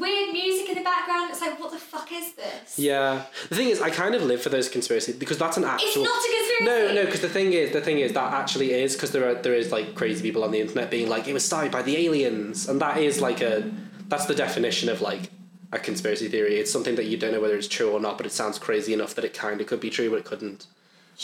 Speaker 1: weird music in the background. It's like, what the fuck is this?
Speaker 2: yeah, the thing is, I kind of live for those conspiracies because that's an
Speaker 1: It's
Speaker 2: actual.
Speaker 1: not a
Speaker 2: no,
Speaker 1: conspiracy.
Speaker 2: no, because the thing is, the thing is that actually is because there are there is like crazy people on the internet being like it was started by the aliens, and that is like a that's the definition of like a conspiracy theory. It's something that you don't know whether it's true or not, but it sounds crazy enough that it kind of could be true, but it couldn't.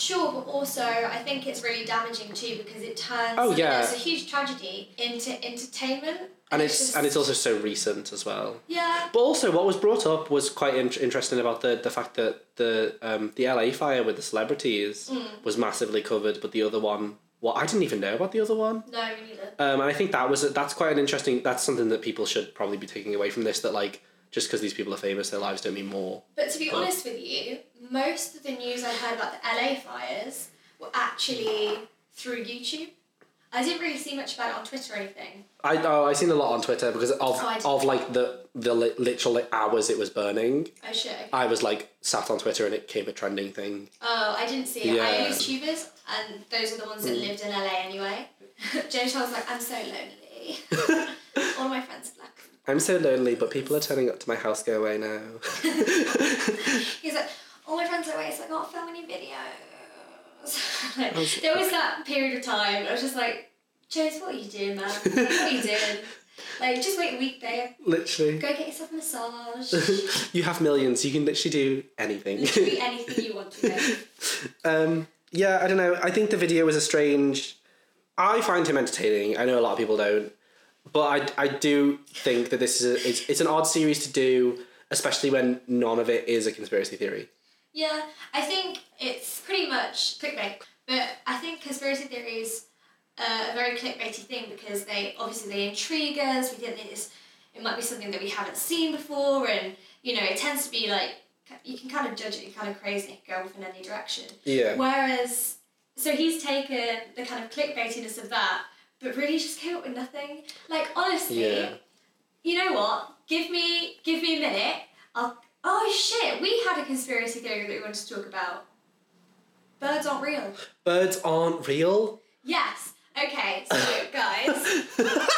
Speaker 1: Sure, but also I think it's really damaging too because it turns
Speaker 2: Oh, yeah.
Speaker 1: it's a huge tragedy into entertainment.
Speaker 2: And it's
Speaker 1: just-
Speaker 2: and it's also so recent as well.
Speaker 1: yeah.
Speaker 2: But also, what was brought up was quite in- interesting about the, the fact that the um, the LA fire with the celebrities
Speaker 1: Mm.
Speaker 2: was massively covered, but the other one, well, I didn't even know about the other one.
Speaker 1: No, me neither.
Speaker 2: Um, and I think that was that's quite an interesting. That's something that people should probably be taking away from this. That like just because these people are famous, their lives don't mean more.
Speaker 1: But to be
Speaker 2: Well-
Speaker 1: honest with you, most of the news I heard about the LA fires were actually through YouTube. I didn't really see much about it on Twitter or anything.
Speaker 2: I oh, I've seen a lot on Twitter because of
Speaker 1: Oh, I did.
Speaker 2: of like the the li- literal like, hours it was burning.
Speaker 1: Oh shit. okay.
Speaker 2: I was like sat on Twitter and it came a trending thing.
Speaker 1: Oh, I didn't see it. I
Speaker 2: Yeah. Mm.
Speaker 1: used tubers, and those are the ones that lived in LA anyway. <laughs> James Charles was like, I'm so
Speaker 2: <laughs>
Speaker 1: lonely. <laughs> All my friends are black.
Speaker 2: I'm so lonely, but people are turning up to my house. Go away now. <laughs>
Speaker 1: He's like, all my friends are away, so I can't film any videos. <laughs> Like, there was that period of time I was just like, James, what are you doing, man? Like, what are you doing? Like, just wait a week, babe.
Speaker 2: Literally.
Speaker 1: Go get yourself a massage.
Speaker 2: you have millions. You can literally do anything.
Speaker 1: Do anything you want to. Babe.
Speaker 2: um, <laughs> yeah, I don't know. I think the video was a strange. I find him entertaining. I know a lot of people don't, but I, I do think that this is a, it's, it's an odd series to do, especially when none of it is a conspiracy theory.
Speaker 1: Yeah, I think it's pretty much clickbait, but I think conspiracy theories are a very clickbaity thing because they obviously they intrigue us. We think that it's, it might be something that we haven't seen before, and you know it tends to be like you can kind of judge it. You're kind of crazy. It can go off in any direction.
Speaker 2: Yeah.
Speaker 1: Whereas, so he's taken the kind of clickbaitiness of that, but really just came up with nothing. Like honestly,
Speaker 2: Yeah.
Speaker 1: you know what? Give me, give me a minute. I'll. Oh shit! We had a conspiracy theory that we wanted to talk about. Birds aren't real.
Speaker 2: Birds aren't real.
Speaker 1: Yes. Okay. So guys,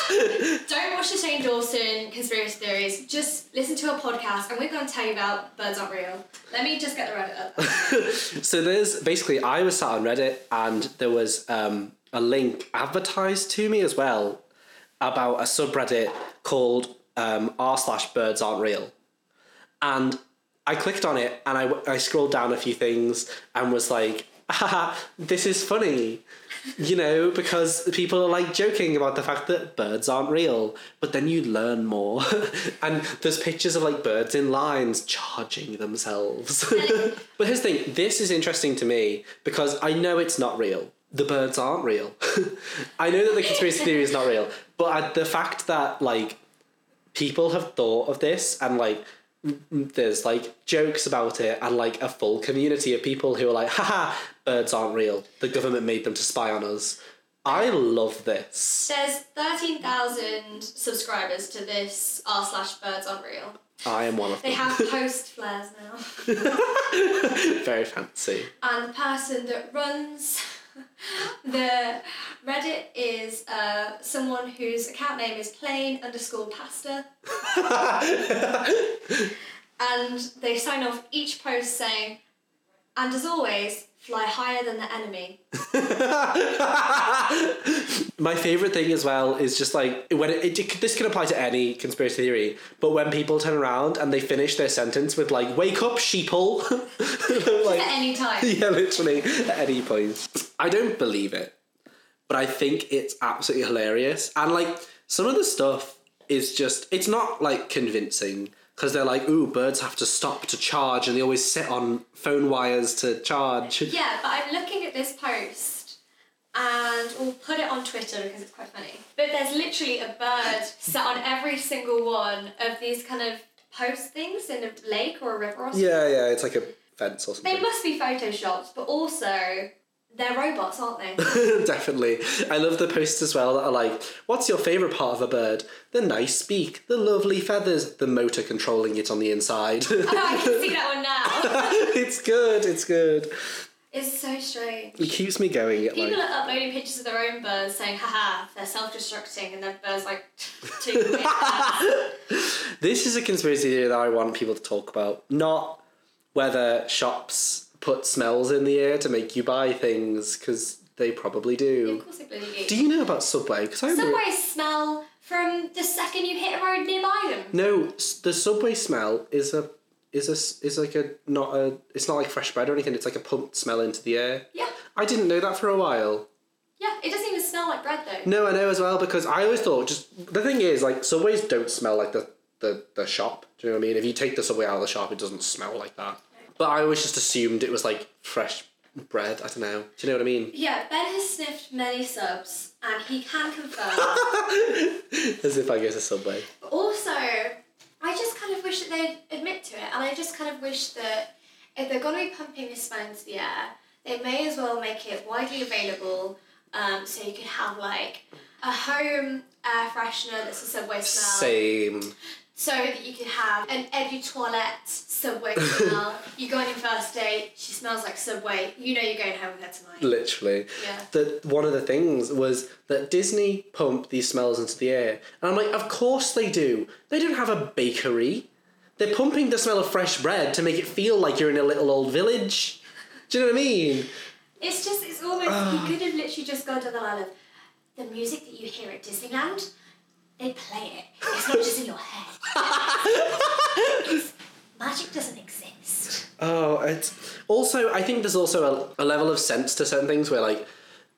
Speaker 1: don't watch the Shane Dawson conspiracy theories. Just listen to a podcast, and we're going to tell you about birds aren't real. Let me just get the Reddit up.
Speaker 2: so there's basically I was sat on Reddit and there was um, a link advertised to me as well about a subreddit called um, r slash birds aren't real, and I clicked on it and I, w- I scrolled down a few things and was like, Haha, this is funny. You know, because people are like joking about the fact that birds aren't real, but then you learn more. <laughs> and there's pictures of like birds in lines charging themselves. but here's the thing this is interesting to me because I know it's not real. The birds aren't real. <laughs> I know that the conspiracy theory is not real, but I, the fact that like people have thought of this and like there's like jokes about it and like a full community of people who are like haha birds aren't real the government made them to spy on us i love this
Speaker 1: There's thirteen thousand subscribers to this r slash birds aren't real.
Speaker 2: i am one of
Speaker 1: They
Speaker 2: them
Speaker 1: have post flares now.
Speaker 2: very fancy
Speaker 1: and the person that runs <laughs> the Reddit is uh, someone whose account name is plain underscore pasta. and they sign off each post saying, and as always, fly higher than the enemy.
Speaker 2: my favorite thing as well is just like when it, it, this can apply to any conspiracy theory, but when people turn around and they finish their sentence with like "Wake up, sheeple," <laughs> I'm like
Speaker 1: At any time.
Speaker 2: yeah, literally at any point. I don't believe it, but I think it's absolutely hilarious. And like some of the stuff is just it's not like convincing because they're like, "Ooh, birds have to stop to charge," and they always sit on phone wires to charge.
Speaker 1: Yeah, but I'm looking at this post and we'll put it on Twitter because it's quite funny. But there's literally a bird sat on every single one of these kind of post things in a lake or a river or something.
Speaker 2: Yeah, yeah, it's like a fence or something.
Speaker 1: They must be photoshopped, but also they're robots, aren't they? <laughs>
Speaker 2: Definitely. I love the posts as well that are like, what's your favourite part of a bird? The nice beak, the lovely feathers, the motor controlling it on the inside. <laughs>
Speaker 1: oh, I can see that one now.
Speaker 2: it's good, it's good.
Speaker 1: It's so strange.
Speaker 2: It keeps me going. It,
Speaker 1: People
Speaker 2: like,
Speaker 1: are uploading pictures of their own birds saying, haha, they're self destructing, and their
Speaker 2: <laughs>
Speaker 1: bird's like, <laughs> too quick.
Speaker 2: this is a conspiracy theory that I want people to talk about. Not whether shops put smells in the air to make you buy things, because they probably
Speaker 1: Of
Speaker 2: do.
Speaker 1: course, it bloody
Speaker 2: Do you know about Subway? Because I remember-
Speaker 1: Subways smell from the second you hit a road nearby them.
Speaker 2: No, s- the subway smell is a is a s- is like a not a it's not like fresh bread or anything. It's like a pumped smell into the air.
Speaker 1: Yeah,
Speaker 2: I didn't know that for a while.
Speaker 1: yeah. It doesn't even smell like bread though.
Speaker 2: No, I know as well because I always thought just the thing is like subways don't smell like the the, the shop. Do you know what I mean? If you take the subway out of the shop, it doesn't smell like that. But I always just assumed it was like fresh bread. I don't know. Do you know what I mean? <laughs>
Speaker 1: Yeah, Ben has sniffed many subs, and he can confirm.
Speaker 2: As if I go to Subway.
Speaker 1: but also, I just kind of wish that they'd admit to it, and I just kind of wish that if they're going to be pumping this smell into the air, they may as well make it widely available, um, so you can have like a home air freshener that's a Subway smell.
Speaker 2: Same.
Speaker 1: so that you can have an eau de toilette subway smell. you go on your first date, she smells like subway. You know you're going home with her
Speaker 2: <laughs>
Speaker 1: tonight.
Speaker 2: Literally.
Speaker 1: Yeah.
Speaker 2: That one of the things was that Disney pumped these smells into the air. And I'm like, of course they do. They don't have a bakery. They're pumping the smell of fresh bread to make it feel like you're in a little old village. Do you know what I mean?
Speaker 1: it's just, it's almost, you could have literally just gone down the line of the music that you hear at Disneyland, they play it. It's not just in your head. It's- magic doesn't exist.
Speaker 2: Oh, it's also I think there's also a, a level of sense to certain things where like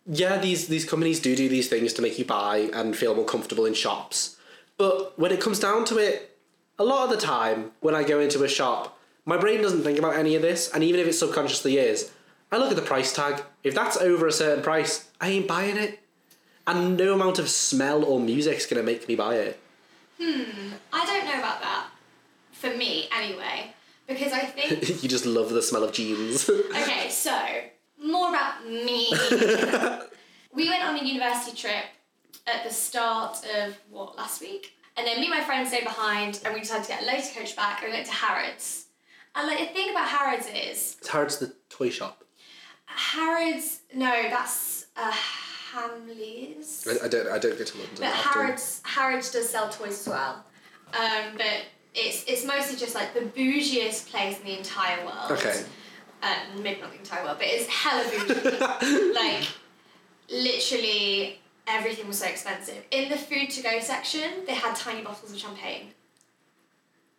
Speaker 2: yeah, these these companies do do these things to make you buy and feel more comfortable in shops. But when it comes down to it, a lot of the time when I go into a shop, my brain doesn't think about any of this, and even if it subconsciously is, I look at the price tag. If that's over a certain price, I ain't buying it. And no amount of smell or music's gonna make me buy it. <laughs>
Speaker 1: I don't know about that. For me, anyway. Because I think
Speaker 2: you just love the smell of jeans. <laughs>
Speaker 1: Okay, so more about me. we went on a university trip at the start of what last week, and then me and my friend stayed behind, and we decided to get a later coach back, and we went to Harrods. And like the thing about Harrods is
Speaker 2: it's hard to the toy shop.
Speaker 1: Harrods. No, that's uh, Hamleys.
Speaker 2: I, I don't I don't go to London.
Speaker 1: But
Speaker 2: often.
Speaker 1: Harrods Harrods does sell toys as well, um, but it's it's mostly just like the bougiest place in the entire world.
Speaker 2: Okay.
Speaker 1: um, maybe not the entire world, but it's
Speaker 2: <laughs>
Speaker 1: hella bougie. like, literally everything was so expensive. In the food to go section, they had tiny bottles of champagne.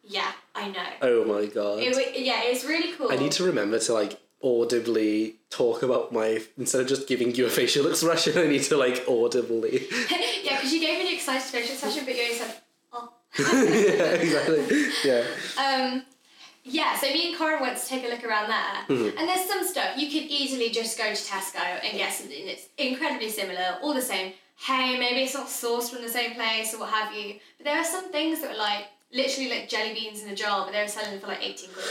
Speaker 1: Yeah, I know.
Speaker 2: Oh my god.
Speaker 1: It, wa- yeah, it's really cool.
Speaker 2: I need to remember to like audibly talk about my instead of just giving you a facial expression. I need to like audibly.
Speaker 1: <laughs>
Speaker 2: <laughs>
Speaker 1: yeah, because you gave me an excited facial expression, but you only said, oh.
Speaker 2: yeah, exactly. Yeah.
Speaker 1: Um, yeah, so me and Corin went to take a look around there, and there's some stuff you could easily just go to Tesco and get something that's incredibly similar, all the same. Hey, maybe it's not sourced from the same place or what have you, but there are some things that were like literally like jelly beans in a jar, but they were selling them for like 18 quid.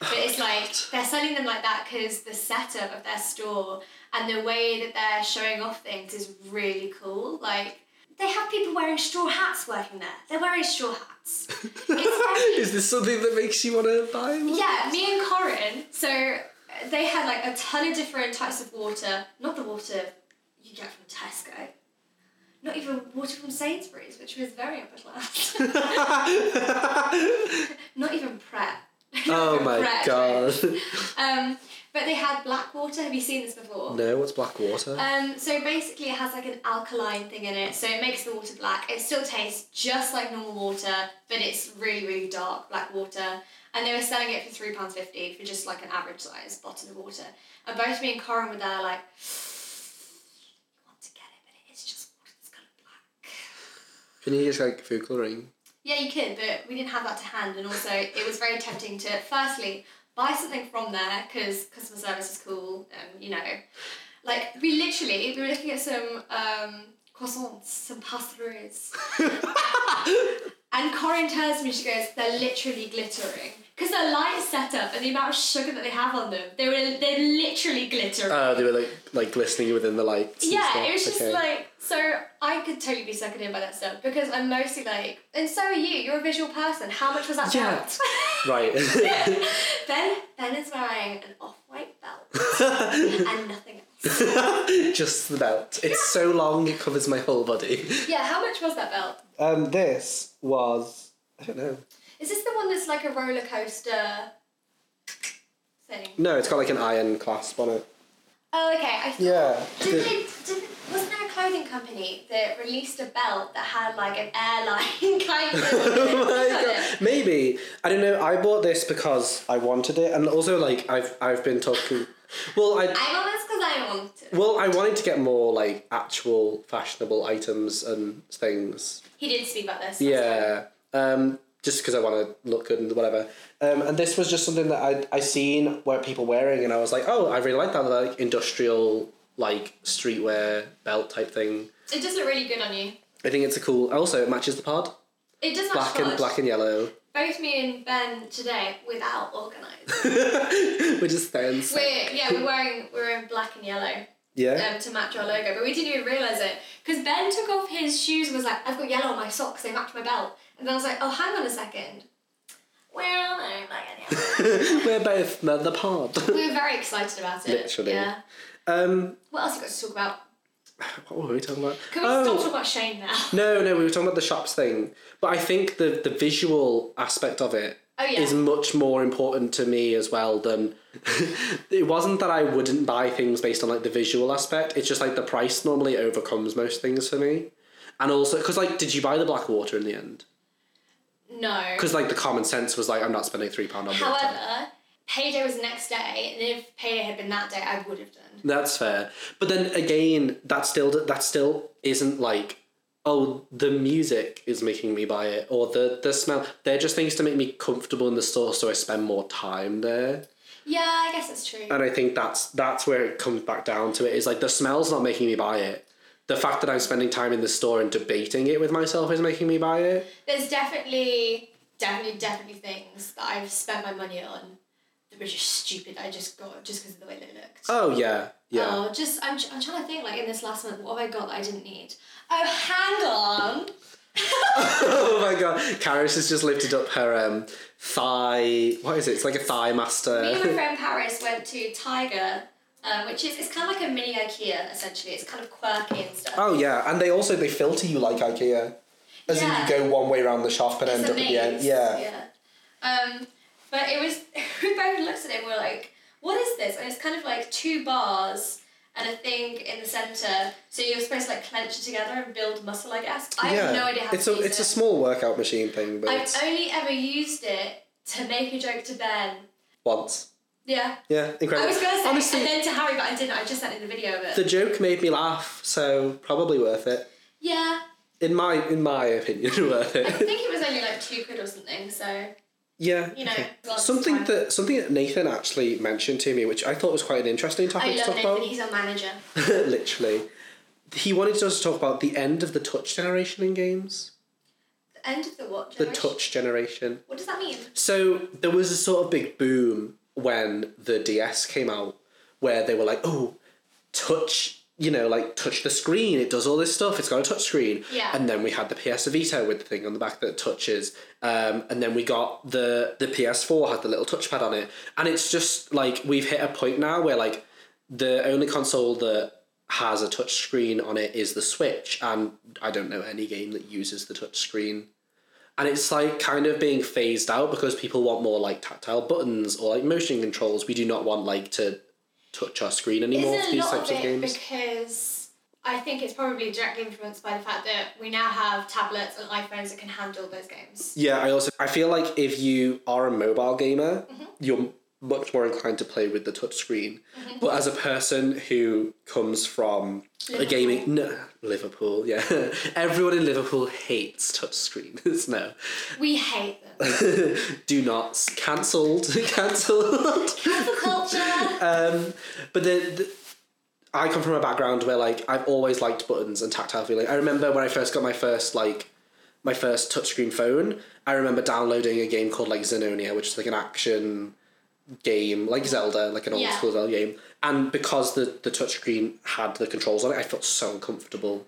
Speaker 1: But it's like they're selling them like that because the setup of their store and the way that they're showing off things is really cool. Like they have people wearing straw hats working there. They're wearing straw hats. It's very
Speaker 2: Is this something that makes you want to buy one?
Speaker 1: yeah, me and Corin. So uh, they had like a ton of different types of water. Not the water you get from Tesco. Not even water from Sainsbury's, which was very upper class.
Speaker 2: <laughs>
Speaker 1: Not even Pret. Not
Speaker 2: oh
Speaker 1: even
Speaker 2: my
Speaker 1: Pret.
Speaker 2: god.
Speaker 1: Um, but they they had black water. Have you seen this
Speaker 2: <laughs>
Speaker 1: before?
Speaker 2: No, what's black water?
Speaker 1: Um, so basically, it has like an alkaline thing in it, so it makes the water black. It still tastes just like normal water, but it's really, really dark black water. And they were selling it for three pounds fifty for just like an average size bottle of water. And both me and Corin were there, like, <sighs> you want to get it, but it is just water that's colored black.
Speaker 2: Can you just like food coloring?
Speaker 1: Yeah, you could, but we didn't have that to hand, and also it was very tempting to firstly buy something from there because customer service is cool, um, you know. Like we literally we were looking at some um, croissants, some pastries, and Corinne turns to me. She goes, "They're literally glittering because their light set up and the amount of sugar that they have on them. They were they're literally glittering."
Speaker 2: Oh, they were like like glistening within the lights. and
Speaker 1: Yeah,
Speaker 2: stuff.
Speaker 1: it was just
Speaker 2: Okay.
Speaker 1: like so I could totally be suckered in by that stuff because I'm mostly like, and so are you. You're a visual person. How much was that <laughs>
Speaker 2: Yeah.
Speaker 1: belt?
Speaker 2: right. <laughs>
Speaker 1: ben Ben is wearing an
Speaker 2: <laughs>
Speaker 1: off-white belt and nothing else.
Speaker 2: just the belt. It's so long it covers my whole body.
Speaker 1: Yeah, how much was that belt?
Speaker 2: Um, this was I don't know.
Speaker 1: Is this the one that's like a roller coaster thing?
Speaker 2: No, it's got like an iron clasp on it. Oh
Speaker 1: Oh, okay. I
Speaker 2: <laughs>
Speaker 1: th-
Speaker 2: Yeah.
Speaker 1: did they, did, wasn't there a clothing company that released a belt that had like an airline <laughs> kind of
Speaker 2: <laughs> Oh my God. Maybe I don't know. I bought this because I wanted it, and also like I've I've been talking. <laughs> Well, I
Speaker 1: I'm on this because I want to.
Speaker 2: well I wanted to get more like actual fashionable items and things
Speaker 1: He did speak about this.
Speaker 2: Yeah. Um, just because I want to look good and whatever. Um, and this was just something that I I seen where people wearing, and I was like, oh, I really like that like industrial like streetwear belt type thing.
Speaker 1: It does look really good on you.
Speaker 2: I think it's a cool. Also, it matches the pod.
Speaker 1: It does
Speaker 2: Black
Speaker 1: match
Speaker 2: and black and yellow, <laughs>
Speaker 1: Both me and Ben today
Speaker 2: <laughs>
Speaker 1: without organised.
Speaker 2: which is thin.
Speaker 1: we're yeah, we're wearing we're in black and yellow.
Speaker 2: Yeah.
Speaker 1: um, to match our logo, but we didn't even realise it. Because Ben took off his shoes and was like, I've got yellow on my socks, they match my belt. And then I was like, oh, hang on a second. Well, I don't like any of
Speaker 2: <laughs>
Speaker 1: it.
Speaker 2: We're both the, the pod.
Speaker 1: We were very excited about it.
Speaker 2: Literally.
Speaker 1: Yeah.
Speaker 2: um,
Speaker 1: What else you got to talk about?
Speaker 2: <laughs> what were we talking about?
Speaker 1: Can we
Speaker 2: oh,
Speaker 1: stop talking about Shane now? <laughs>
Speaker 2: no, no, we were talking about the shops thing. But I think the the visual aspect of it
Speaker 1: Oh, yeah.
Speaker 2: is much more important to me as well than <laughs> it wasn't that I wouldn't buy things based on like the visual aspect. It's just like the price normally overcomes most things for me. And also, because like, did you buy the black water in the end?
Speaker 1: No.
Speaker 2: Because like the common sense was like, I'm not spending three pound on water.
Speaker 1: However, payday was the next day, and if payday had been that day, I would have done.
Speaker 2: That's fair. But then again, that still that still isn't like oh the music is making me buy it or the the smell. They're just things to make me comfortable in the store, so I spend more time there.
Speaker 1: Yeah, I guess that's true.
Speaker 2: And I think that's that's where it comes back down to it is like the smell's not making me buy it. The fact that I'm spending time in the store and debating it with myself is making me buy it.
Speaker 1: There's definitely, definitely, definitely things that I've spent my money on that were just stupid. I just got just because of the way they looked.
Speaker 2: Oh yeah, yeah.
Speaker 1: Oh, just I'm, I'm trying to think like in this last month, what have I got that I didn't need? Oh, hang on.
Speaker 2: oh my god, Karis has just lifted up her um thigh. What is it? It's like a thigh
Speaker 1: Me and
Speaker 2: <laughs>
Speaker 1: my
Speaker 2: master.
Speaker 1: friend Paris went to Tiger, um, which is it's kind of like a mini IKEA essentially. It's kind of quirky and stuff.
Speaker 2: Oh yeah, and they also they filter you like IKEA, as
Speaker 1: Yeah.
Speaker 2: in you go one way around the shop and
Speaker 1: it's
Speaker 2: end
Speaker 1: a
Speaker 2: up at the end.
Speaker 1: maze,
Speaker 2: Yeah.
Speaker 1: yeah. Um, but it was <laughs> we both looked at it and we were like, what is this? And it's kind of like two bars. And a thing in the center, so you're supposed to like clench it together and build muscle, I guess. I have no idea how
Speaker 2: it's
Speaker 1: to
Speaker 2: a
Speaker 1: use
Speaker 2: it's
Speaker 1: it.
Speaker 2: a small workout machine thing, but
Speaker 1: I've
Speaker 2: it's
Speaker 1: only ever used it to make a joke to Ben.
Speaker 2: once.
Speaker 1: Yeah.
Speaker 2: Yeah,
Speaker 1: I
Speaker 2: incredible.
Speaker 1: was gonna say
Speaker 2: Oh, Honestly,
Speaker 1: and then to Harry, but I didn't. I just sent in the video of it.
Speaker 2: the joke made me laugh, so probably worth it.
Speaker 1: yeah,
Speaker 2: In my in my opinion, <laughs> worth
Speaker 1: I
Speaker 2: it.
Speaker 1: <laughs> think it was only like two quid or something. So
Speaker 2: Yeah.
Speaker 1: you know, lots of
Speaker 2: Something
Speaker 1: time.
Speaker 2: that something that Nathan actually mentioned to me, which I thought was quite an interesting topic
Speaker 1: I
Speaker 2: to
Speaker 1: love
Speaker 2: talk
Speaker 1: Nathan.
Speaker 2: about.
Speaker 1: He's our manager.
Speaker 2: <laughs> Literally, he wanted us to talk about the end of the touch generation in games.
Speaker 1: The end of the what?
Speaker 2: The
Speaker 1: generation?
Speaker 2: touch generation.
Speaker 1: What does that mean?
Speaker 2: So there was a sort of big boom when the DS came out, where they were like, "Oh, touch." You know, like touch the screen, it does all this stuff, it's got a touch screen.
Speaker 1: Yeah.
Speaker 2: And then we had the PS Vita with the thing on the back that touches. Um, and then we got the the PS4 had the little touchpad on it. And it's just like we've hit a point now where like the only console that has a touch screen on it is the Switch, and I don't know any game that uses the touch screen and it's like kind of being phased out because people want more like tactile buttons or like motion controls. We do not want like to touch our screen anymore
Speaker 1: It's
Speaker 2: for
Speaker 1: a
Speaker 2: these
Speaker 1: lot
Speaker 2: types
Speaker 1: of
Speaker 2: of
Speaker 1: it
Speaker 2: games.
Speaker 1: because I think it's probably directly influenced by the fact that we now have tablets and iPhones that can handle those games.
Speaker 2: Yeah, I also I feel like if you are a mobile gamer,
Speaker 1: Mm-hmm.
Speaker 2: you're much more inclined to play with the touch screen.
Speaker 1: Mm-hmm.
Speaker 2: But as a person who comes from a gaming no Liverpool, yeah, <laughs> everyone in Liverpool hates touch <laughs> screens. No,
Speaker 1: We hate
Speaker 2: <laughs>
Speaker 1: them.
Speaker 2: do not cancelled <laughs> cancelled.
Speaker 1: Cancel culture.
Speaker 2: um, but the, the I come from a background where like I've always liked buttons and tactile feeling. I remember when I first got my first like my first touchscreen phone. I remember downloading a game called like Xenonia, which is like an action game, like Zelda, like an old
Speaker 1: Yeah.
Speaker 2: school Zelda game. And because the the touchscreen had the controls on it, I felt so uncomfortable.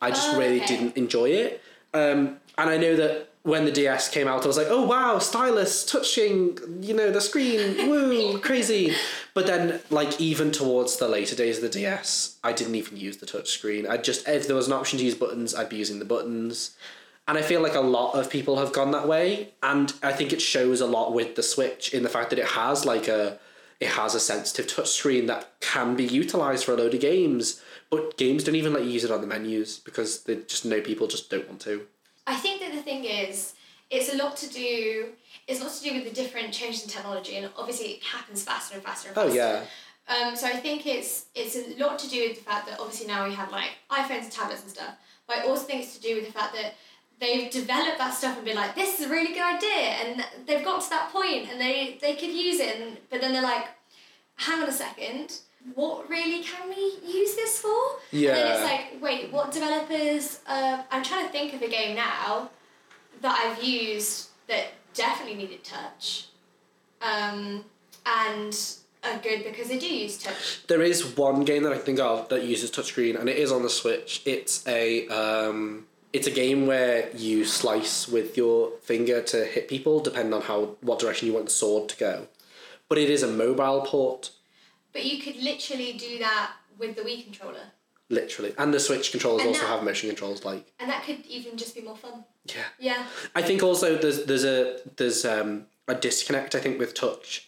Speaker 2: I just
Speaker 1: Oh,
Speaker 2: really
Speaker 1: okay.
Speaker 2: didn't enjoy it. Um, and I know that when the DS came out, I was like, oh wow, stylus touching, you know, the screen, woo, crazy. But then, like, even towards the later days of the DS, I didn't even use the touch screen. I just, if there was an option to use buttons, I'd be using the buttons. And I feel like a lot of people have gone that way. And I think it shows a lot with the Switch in the fact that it has like a it has a sensitive touchscreen that can be utilized for a load of games, but games don't even let you use it on the menus because they just know people just don't want to.
Speaker 1: I think that the thing is, it's a lot to do. It's a lot to do with the different changes in technology, and obviously it happens faster and faster and
Speaker 2: Oh
Speaker 1: faster.
Speaker 2: yeah.
Speaker 1: Um, so I think it's it's a lot to do with the fact that obviously now we have like iPhones and tablets and stuff. But I also think it's to do with the fact that they've developed that stuff and been like, this is a really good idea, and they've got to that point and they they could use it, and, but then they're like, hang on a second, what really can we use this for? And then
Speaker 2: Yeah.
Speaker 1: it's like, wait, what developers? Uh, I'm trying to think of a game now that I've used that definitely needed touch, um, and are good because they do use touch.
Speaker 2: There is one game that I can think of that uses touchscreen and it is on the Switch. It's a um it's a game where you slice with your finger to hit people depending on how what direction you want the sword to go. But it is a mobile port
Speaker 1: But you could literally do that with the Wii controller,
Speaker 2: literally. And the Switch controllers
Speaker 1: And
Speaker 2: also
Speaker 1: that-
Speaker 2: have motion controls like
Speaker 1: and that could even just be more fun.
Speaker 2: yeah.
Speaker 1: Yeah.
Speaker 2: I think also there's there's a there's um, a disconnect I think with touch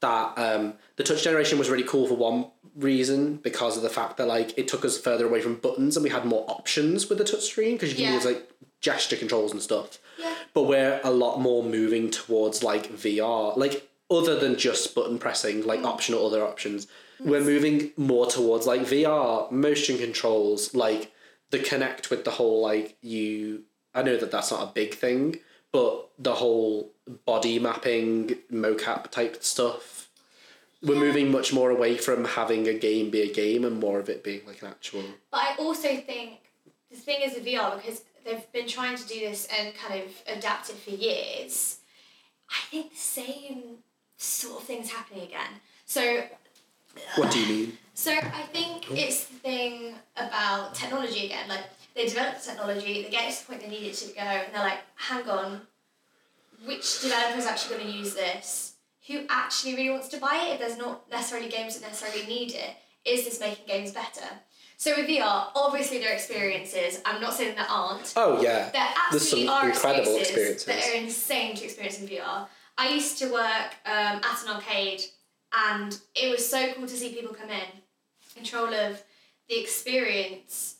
Speaker 2: that um, the touch generation was really cool for one reason because of the fact that like it took us further away from buttons and we had more options with the touch screen because you can
Speaker 1: Yeah.
Speaker 2: use like gesture controls and stuff.
Speaker 1: Yeah.
Speaker 2: But we're a lot more moving towards like VR, like other than just button pressing, like optional other options. We're moving more towards like VR, motion controls, like the connect with the whole like you. I know that that's not a big thing, but the whole body mapping, mocap type stuff. We're moving much more away from having a game be a game and more of it being like an actual.
Speaker 1: But I also think the thing is with VR because they've been trying to do this and kind of adapt it for years. I think the same sort of thing's happening again. So
Speaker 2: What do you mean?
Speaker 1: So I think it's the thing about technology again. Like they develop the technology, they get it to the point they need it to go, and they're like, hang on, which developer is actually going to use this? Who actually really wants to buy it? If there's not necessarily games that necessarily need it, is this making games better? So with VR, obviously there are experiences. I'm not saying there aren't.
Speaker 2: Oh yeah,
Speaker 1: There absolutely
Speaker 2: some
Speaker 1: are
Speaker 2: incredible experiences.
Speaker 1: experiences, that are insane to experience in VR. I used to work um, at an arcade, and it was so cool to see people come in, control of the experience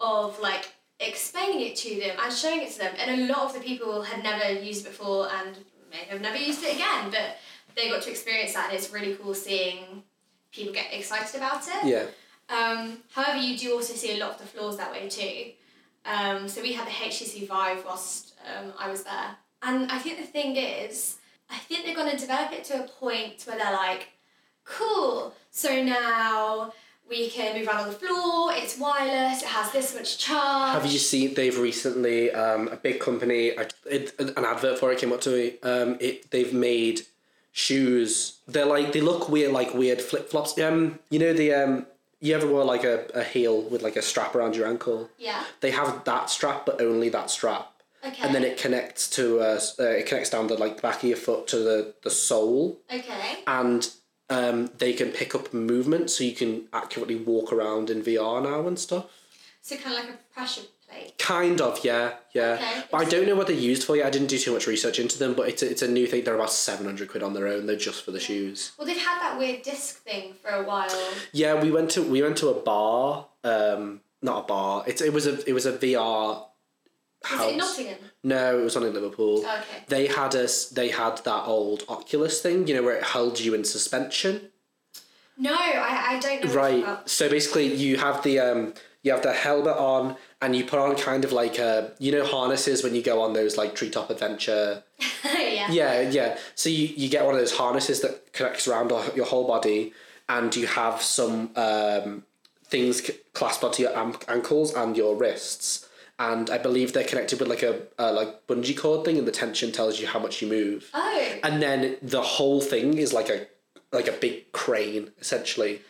Speaker 1: of like explaining it to them and showing it to them. And a lot of the people had never used it before, and maybe have never used it again, but they got to experience that, and it's really cool seeing people get excited about it.
Speaker 2: yeah.
Speaker 1: Um, however, you do also see a lot of the flaws that way too. Um, so we had the HTC Vive whilst um, I was there. And I think the thing is, I think they're going to develop it to a point where they're like, cool, so now we can move around on the floor, it's wireless, it has this much charge.
Speaker 2: Have you seen? They've recently um, a big company. I- It, an advert for it came up to me. Um, it they've made shoes. They're like they look weird, like weird flip flops. Um, you know the um, you ever wore like a, a heel with like a strap around your ankle?
Speaker 1: Yeah.
Speaker 2: They have that strap, but only that strap.
Speaker 1: Okay.
Speaker 2: And then it connects to uh, s- uh, it connects down the like back of your foot to the the sole,
Speaker 1: Okay.
Speaker 2: and um, they can pick up movement, so you can accurately walk around in VR now and stuff.
Speaker 1: So kind of like a pressure plate. fake?
Speaker 2: Kind of, yeah, yeah.
Speaker 1: Okay.
Speaker 2: But I don't know what they're used for yet. I didn't do too much research into them, but it's a, it's a new thing. They're about 700 quid on their own. They're just for the shoes.
Speaker 1: Well, they've had that weird disc thing for a while.
Speaker 2: Yeah, we went to we went to a bar. Um, not a bar. It's it was a it was a VR
Speaker 1: Is
Speaker 2: house.
Speaker 1: it in Nottingham?
Speaker 2: No, it was on in Liverpool.
Speaker 1: Okay.
Speaker 2: They had us. They had that old Oculus thing, you know, where it held you in suspension.
Speaker 1: No, I, I don't know. what it's
Speaker 2: Right.
Speaker 1: about.
Speaker 2: So basically, you have the um, you have the helmet on, and you put on kind of like a, you know, harnesses when you go on those like treetop adventure.
Speaker 1: <laughs> yeah.
Speaker 2: Yeah, yeah. So you you get one of those harnesses that connects around your- your whole body, and you have some um, things c- clasped onto your am- ankles and your wrists. And I believe they're connected with like a, a like bungee cord thing, and the tension tells you how much you move
Speaker 1: Oh.
Speaker 2: and then the whole thing is like a like a big crane essentially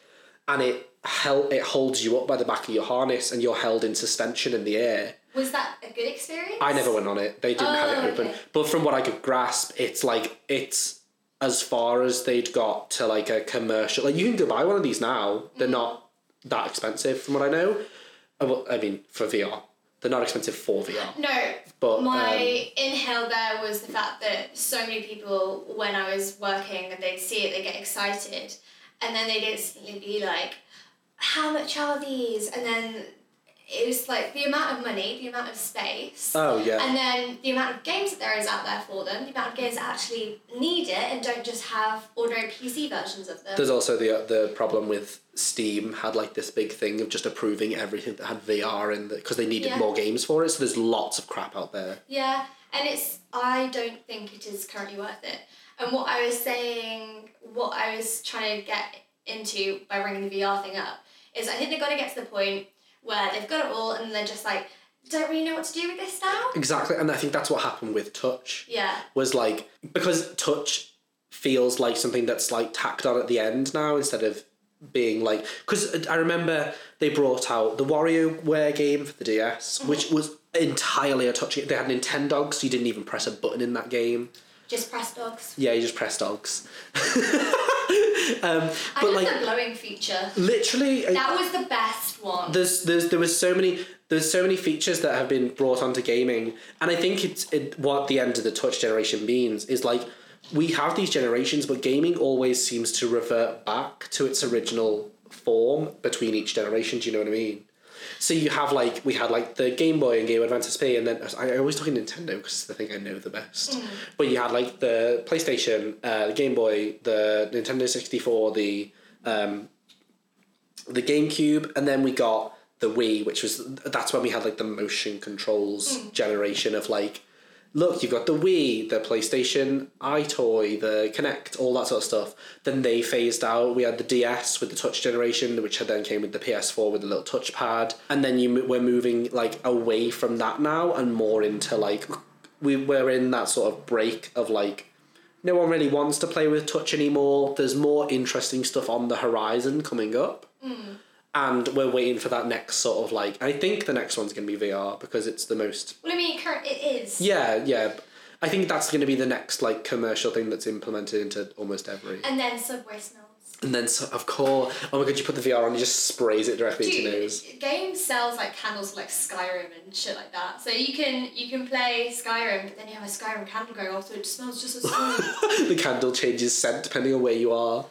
Speaker 2: and it hel- it holds you up by the back of your harness and you're held in suspension in the air
Speaker 1: Was that a good experience?
Speaker 2: i never went on it they didn't have
Speaker 1: Oh,
Speaker 2: it open
Speaker 1: okay.
Speaker 2: but from what i could grasp it's like it's as far as they'd got to like a commercial like you can go buy one of these now they're
Speaker 1: Mm.
Speaker 2: not that expensive from what i know Uh, well, i mean for vr they're not expensive for vr
Speaker 1: No.
Speaker 2: But, um,
Speaker 1: my inhale there was the fact that so many people, when I was working and they'd see it, they get excited, and then they'd instantly be like, "How much are these?" And then it was like the amount of money, the amount of space.
Speaker 2: oh yeah
Speaker 1: And then the amount of games that there is out there for them, the amount of games that actually need it and don't just have ordinary PC versions of them.
Speaker 2: There's also the uh, the problem with Steam had like this big thing of just approving everything that had VR in because they needed
Speaker 1: Yeah.
Speaker 2: more games for it. So there's lots of crap out there.
Speaker 1: Yeah, and it's I don't think it is currently worth it. And what I was saying, what I was trying to get into by bringing the VR thing up is I think they've got to get to the point where they've got it all and they're just like, don't really know what to do with this now.
Speaker 2: Exactly, and I think that's what happened with Touch
Speaker 1: Yeah,
Speaker 2: was like because Touch feels like something that's like tacked on at the end now instead of being like because I remember they brought out the WarioWare game for the DS, which was entirely a touch. game. They had Nintendogs, so you didn't even press a button in that game.
Speaker 1: just press dogs.
Speaker 2: Yeah, you just press dogs.
Speaker 1: I
Speaker 2: But,
Speaker 1: love
Speaker 2: like-
Speaker 1: the glowing feature.
Speaker 2: Literally, I-
Speaker 1: That was the best one.
Speaker 2: there's there's there was so many there's so many features that have been brought onto gaming and i think it's it, what the end of the touch generation means is like we have these generations but gaming always seems to revert back to its original form between each generation do you know what i mean so you have like we had like the Game Boy and Game Boy Advance SP, and then I I always talk in Nintendo because it's the thing I know the best. But you had like the PlayStation, uh, the Game Boy, the Nintendo sixty four, the the GameCube, and then we got the Wii, which was that's when we had like the motion controls generation of like, look, you've got the Wii, the PlayStation iToy, the Kinect, all that sort of stuff. Then they phased out. We had the DS with the touch generation, which had then came with the PS4 with the little touchpad, and then you mo- we're moving like away from that now and more into like we we're in that sort of break of like no one really wants to play with touch anymore. There's more interesting stuff on the horizon coming up. And we're waiting for that next sort of like. I think the next one's going to be VR because it's the most.
Speaker 1: Well, I mean, current it is.
Speaker 2: Yeah, yeah. I think that's going to be the next like commercial thing that's implemented into almost every.
Speaker 1: And then Subway Smells.
Speaker 2: And then, so, of course, oh my god, you put the VR on, it just sprays it directly into your
Speaker 1: Dude,
Speaker 2: nose.
Speaker 1: game sells like candles for, like Skyrim and shit like that. So you can you can play Skyrim, but then you have a Skyrim candle going off, so it smells just
Speaker 2: <laughs>
Speaker 1: as good.
Speaker 2: the candle changes scent depending on where you are.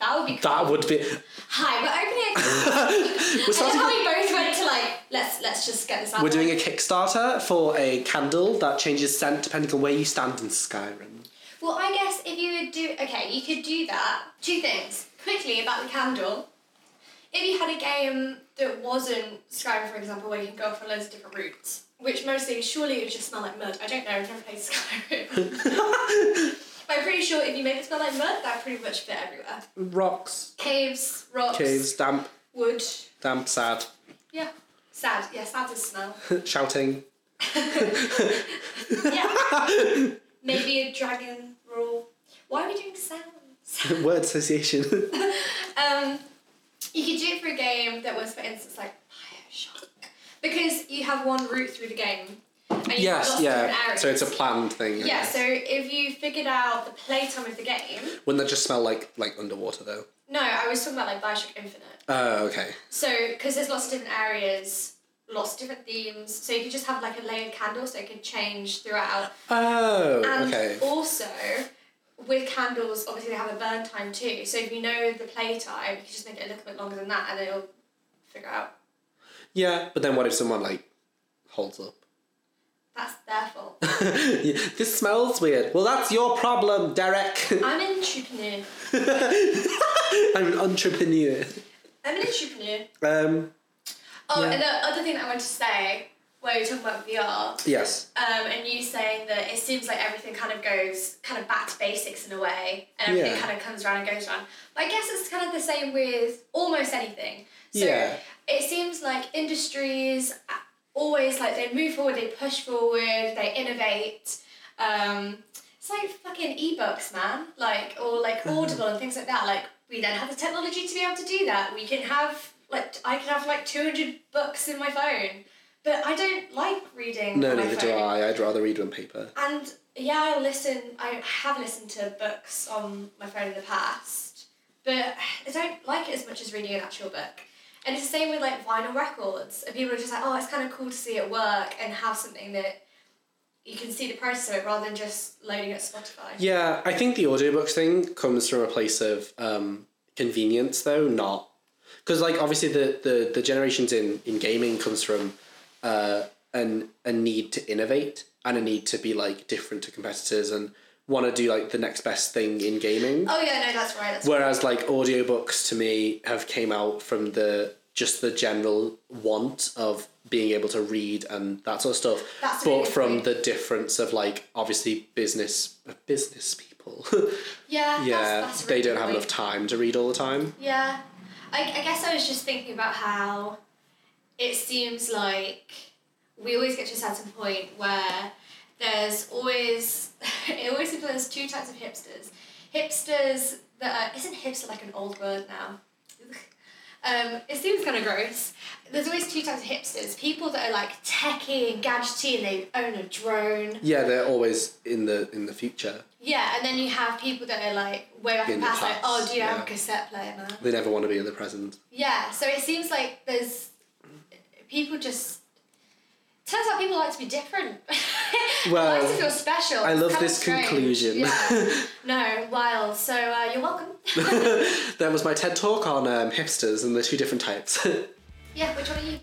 Speaker 1: that would be cool.
Speaker 2: That would be.
Speaker 1: Hi, we're
Speaker 2: <laughs> We're
Speaker 1: opening. I love
Speaker 2: starting.
Speaker 1: how we both went to like let's let's just get this out.
Speaker 2: We're doing a Kickstarter for a candle that changes scent depending on where you stand in Skyrim.
Speaker 1: Well, I guess if you would do okay, you could do that. Two things quickly about the candle. If you had a game that wasn't Skyrim, for example, where you can go off on loads of different routes, which mostly surely it would just smell like mud. I don't know. I've never played <laughs> Skyrim. But I'm pretty sure if you made it smell like mud, that pretty much fit everywhere.
Speaker 2: Rocks,
Speaker 1: Caves, rocks,
Speaker 2: caves, damp,
Speaker 1: wood.
Speaker 2: damp, sad, <laughs>
Speaker 1: Yeah. Sad. Yeah, sad does smell.
Speaker 2: shouting. <laughs>
Speaker 1: Yeah. Maybe a dragon roar. Why are we doing sounds?
Speaker 2: Word association. <laughs>
Speaker 1: Um, you could do it for a game that was, for instance, like Bioshock, because you have one route through the game. And you've
Speaker 2: yes,
Speaker 1: got
Speaker 2: yeah.
Speaker 1: different areas.
Speaker 2: So it's a planned thing. I
Speaker 1: yeah.
Speaker 2: guess.
Speaker 1: So if you figured out the playtime of the game,
Speaker 2: Wouldn't that just smell like like underwater though?
Speaker 1: no, I was talking about like Bioshock Infinite.
Speaker 2: Oh, okay.
Speaker 1: So because there's lots of different areas, lots of different themes. So you could just have like a layered candle so it could change throughout.
Speaker 2: Oh,
Speaker 1: And
Speaker 2: okay.
Speaker 1: also, with candles, obviously they have a burn time too. So if you know the play time, you can just make it a little bit longer than that, and it'll figure out.
Speaker 2: Yeah, but then what if someone like holds up? <laughs>
Speaker 1: That's their fault.
Speaker 2: this smells weird. Well, that's your problem, Derek. <laughs>
Speaker 1: I'm an entrepreneur.
Speaker 2: I'm an entrepreneur.
Speaker 1: I'm an entrepreneur.
Speaker 2: Um,
Speaker 1: Oh,
Speaker 2: Yeah.
Speaker 1: and the other thing that I wanted to say, where we were talking about VR,
Speaker 2: yes.
Speaker 1: um, and you saying that it seems like everything kind of goes kind of back to basics in a way, and everything
Speaker 2: Yeah.
Speaker 1: kind of comes around and goes around. But I guess it's kind of the same with almost anything. So
Speaker 2: Yeah.
Speaker 1: it seems like industries always like they move forward, they push forward, they innovate. Um, it's like fucking ebooks, man, like or
Speaker 2: <laughs>
Speaker 1: like Audible and things like that. Like we then have the technology to be able to do that. We can have like I can have like two hundred books in my phone, but I don't like reading.
Speaker 2: No,
Speaker 1: on my
Speaker 2: neither do
Speaker 1: phone.
Speaker 2: I. I'd rather read on paper.
Speaker 1: And yeah, I listen. I have listened to books on my phone in the past, but I don't like it as much as reading an actual book. And it's the same with like vinyl records. And people are just like, oh, it's kind of cool to see it work and have something that you can see the process of it rather than just loading at Spotify.
Speaker 2: Yeah, I think the audiobooks thing comes from a place of um, convenience, though not because like obviously the, the the generations in in gaming comes from uh, an a need to innovate and a need to be like different to competitors and want to do like the next best thing in gaming.
Speaker 1: Oh yeah, no, that's right. That's
Speaker 2: Whereas like audiobooks to me have came out from the just the general want of being able to read and that sort of stuff.
Speaker 1: That's a really
Speaker 2: but
Speaker 1: good
Speaker 2: from
Speaker 1: point.
Speaker 2: the difference of like obviously business business people. <laughs>
Speaker 1: yeah.
Speaker 2: yeah,
Speaker 1: that's, that's a
Speaker 2: they
Speaker 1: really
Speaker 2: don't
Speaker 1: good
Speaker 2: have enough
Speaker 1: point.
Speaker 2: time to read all the time.
Speaker 1: Yeah. I, I guess I was just thinking about how it seems like we always get to a certain point where there's always, <laughs> it always seems like there's two types of hipsters. Hipsters that are, isn't hipster like an old word now? <laughs> um, it seems kind of gross. There's always two types of hipsters. People that are like techie and gadgety and they own a drone.
Speaker 2: Yeah, they're always in the in the future.
Speaker 1: Yeah, and then you have people that are like way back in,
Speaker 2: In
Speaker 1: the
Speaker 2: the
Speaker 1: past, like,
Speaker 2: past,
Speaker 1: oh, do you have
Speaker 2: yeah.
Speaker 1: a cassette player, man?
Speaker 2: They never want to be in the present.
Speaker 1: Yeah, so it seems like there's people just. Turns out people like to be different. <laughs>
Speaker 2: Well,
Speaker 1: like to feel special.
Speaker 2: I
Speaker 1: It's
Speaker 2: love
Speaker 1: kind of
Speaker 2: this
Speaker 1: strange.
Speaker 2: conclusion. <laughs>
Speaker 1: Yeah. no, wild. So uh, you're welcome.
Speaker 2: that was my TED talk on um, hipsters and the two different types. <laughs>
Speaker 1: yeah, which one are you?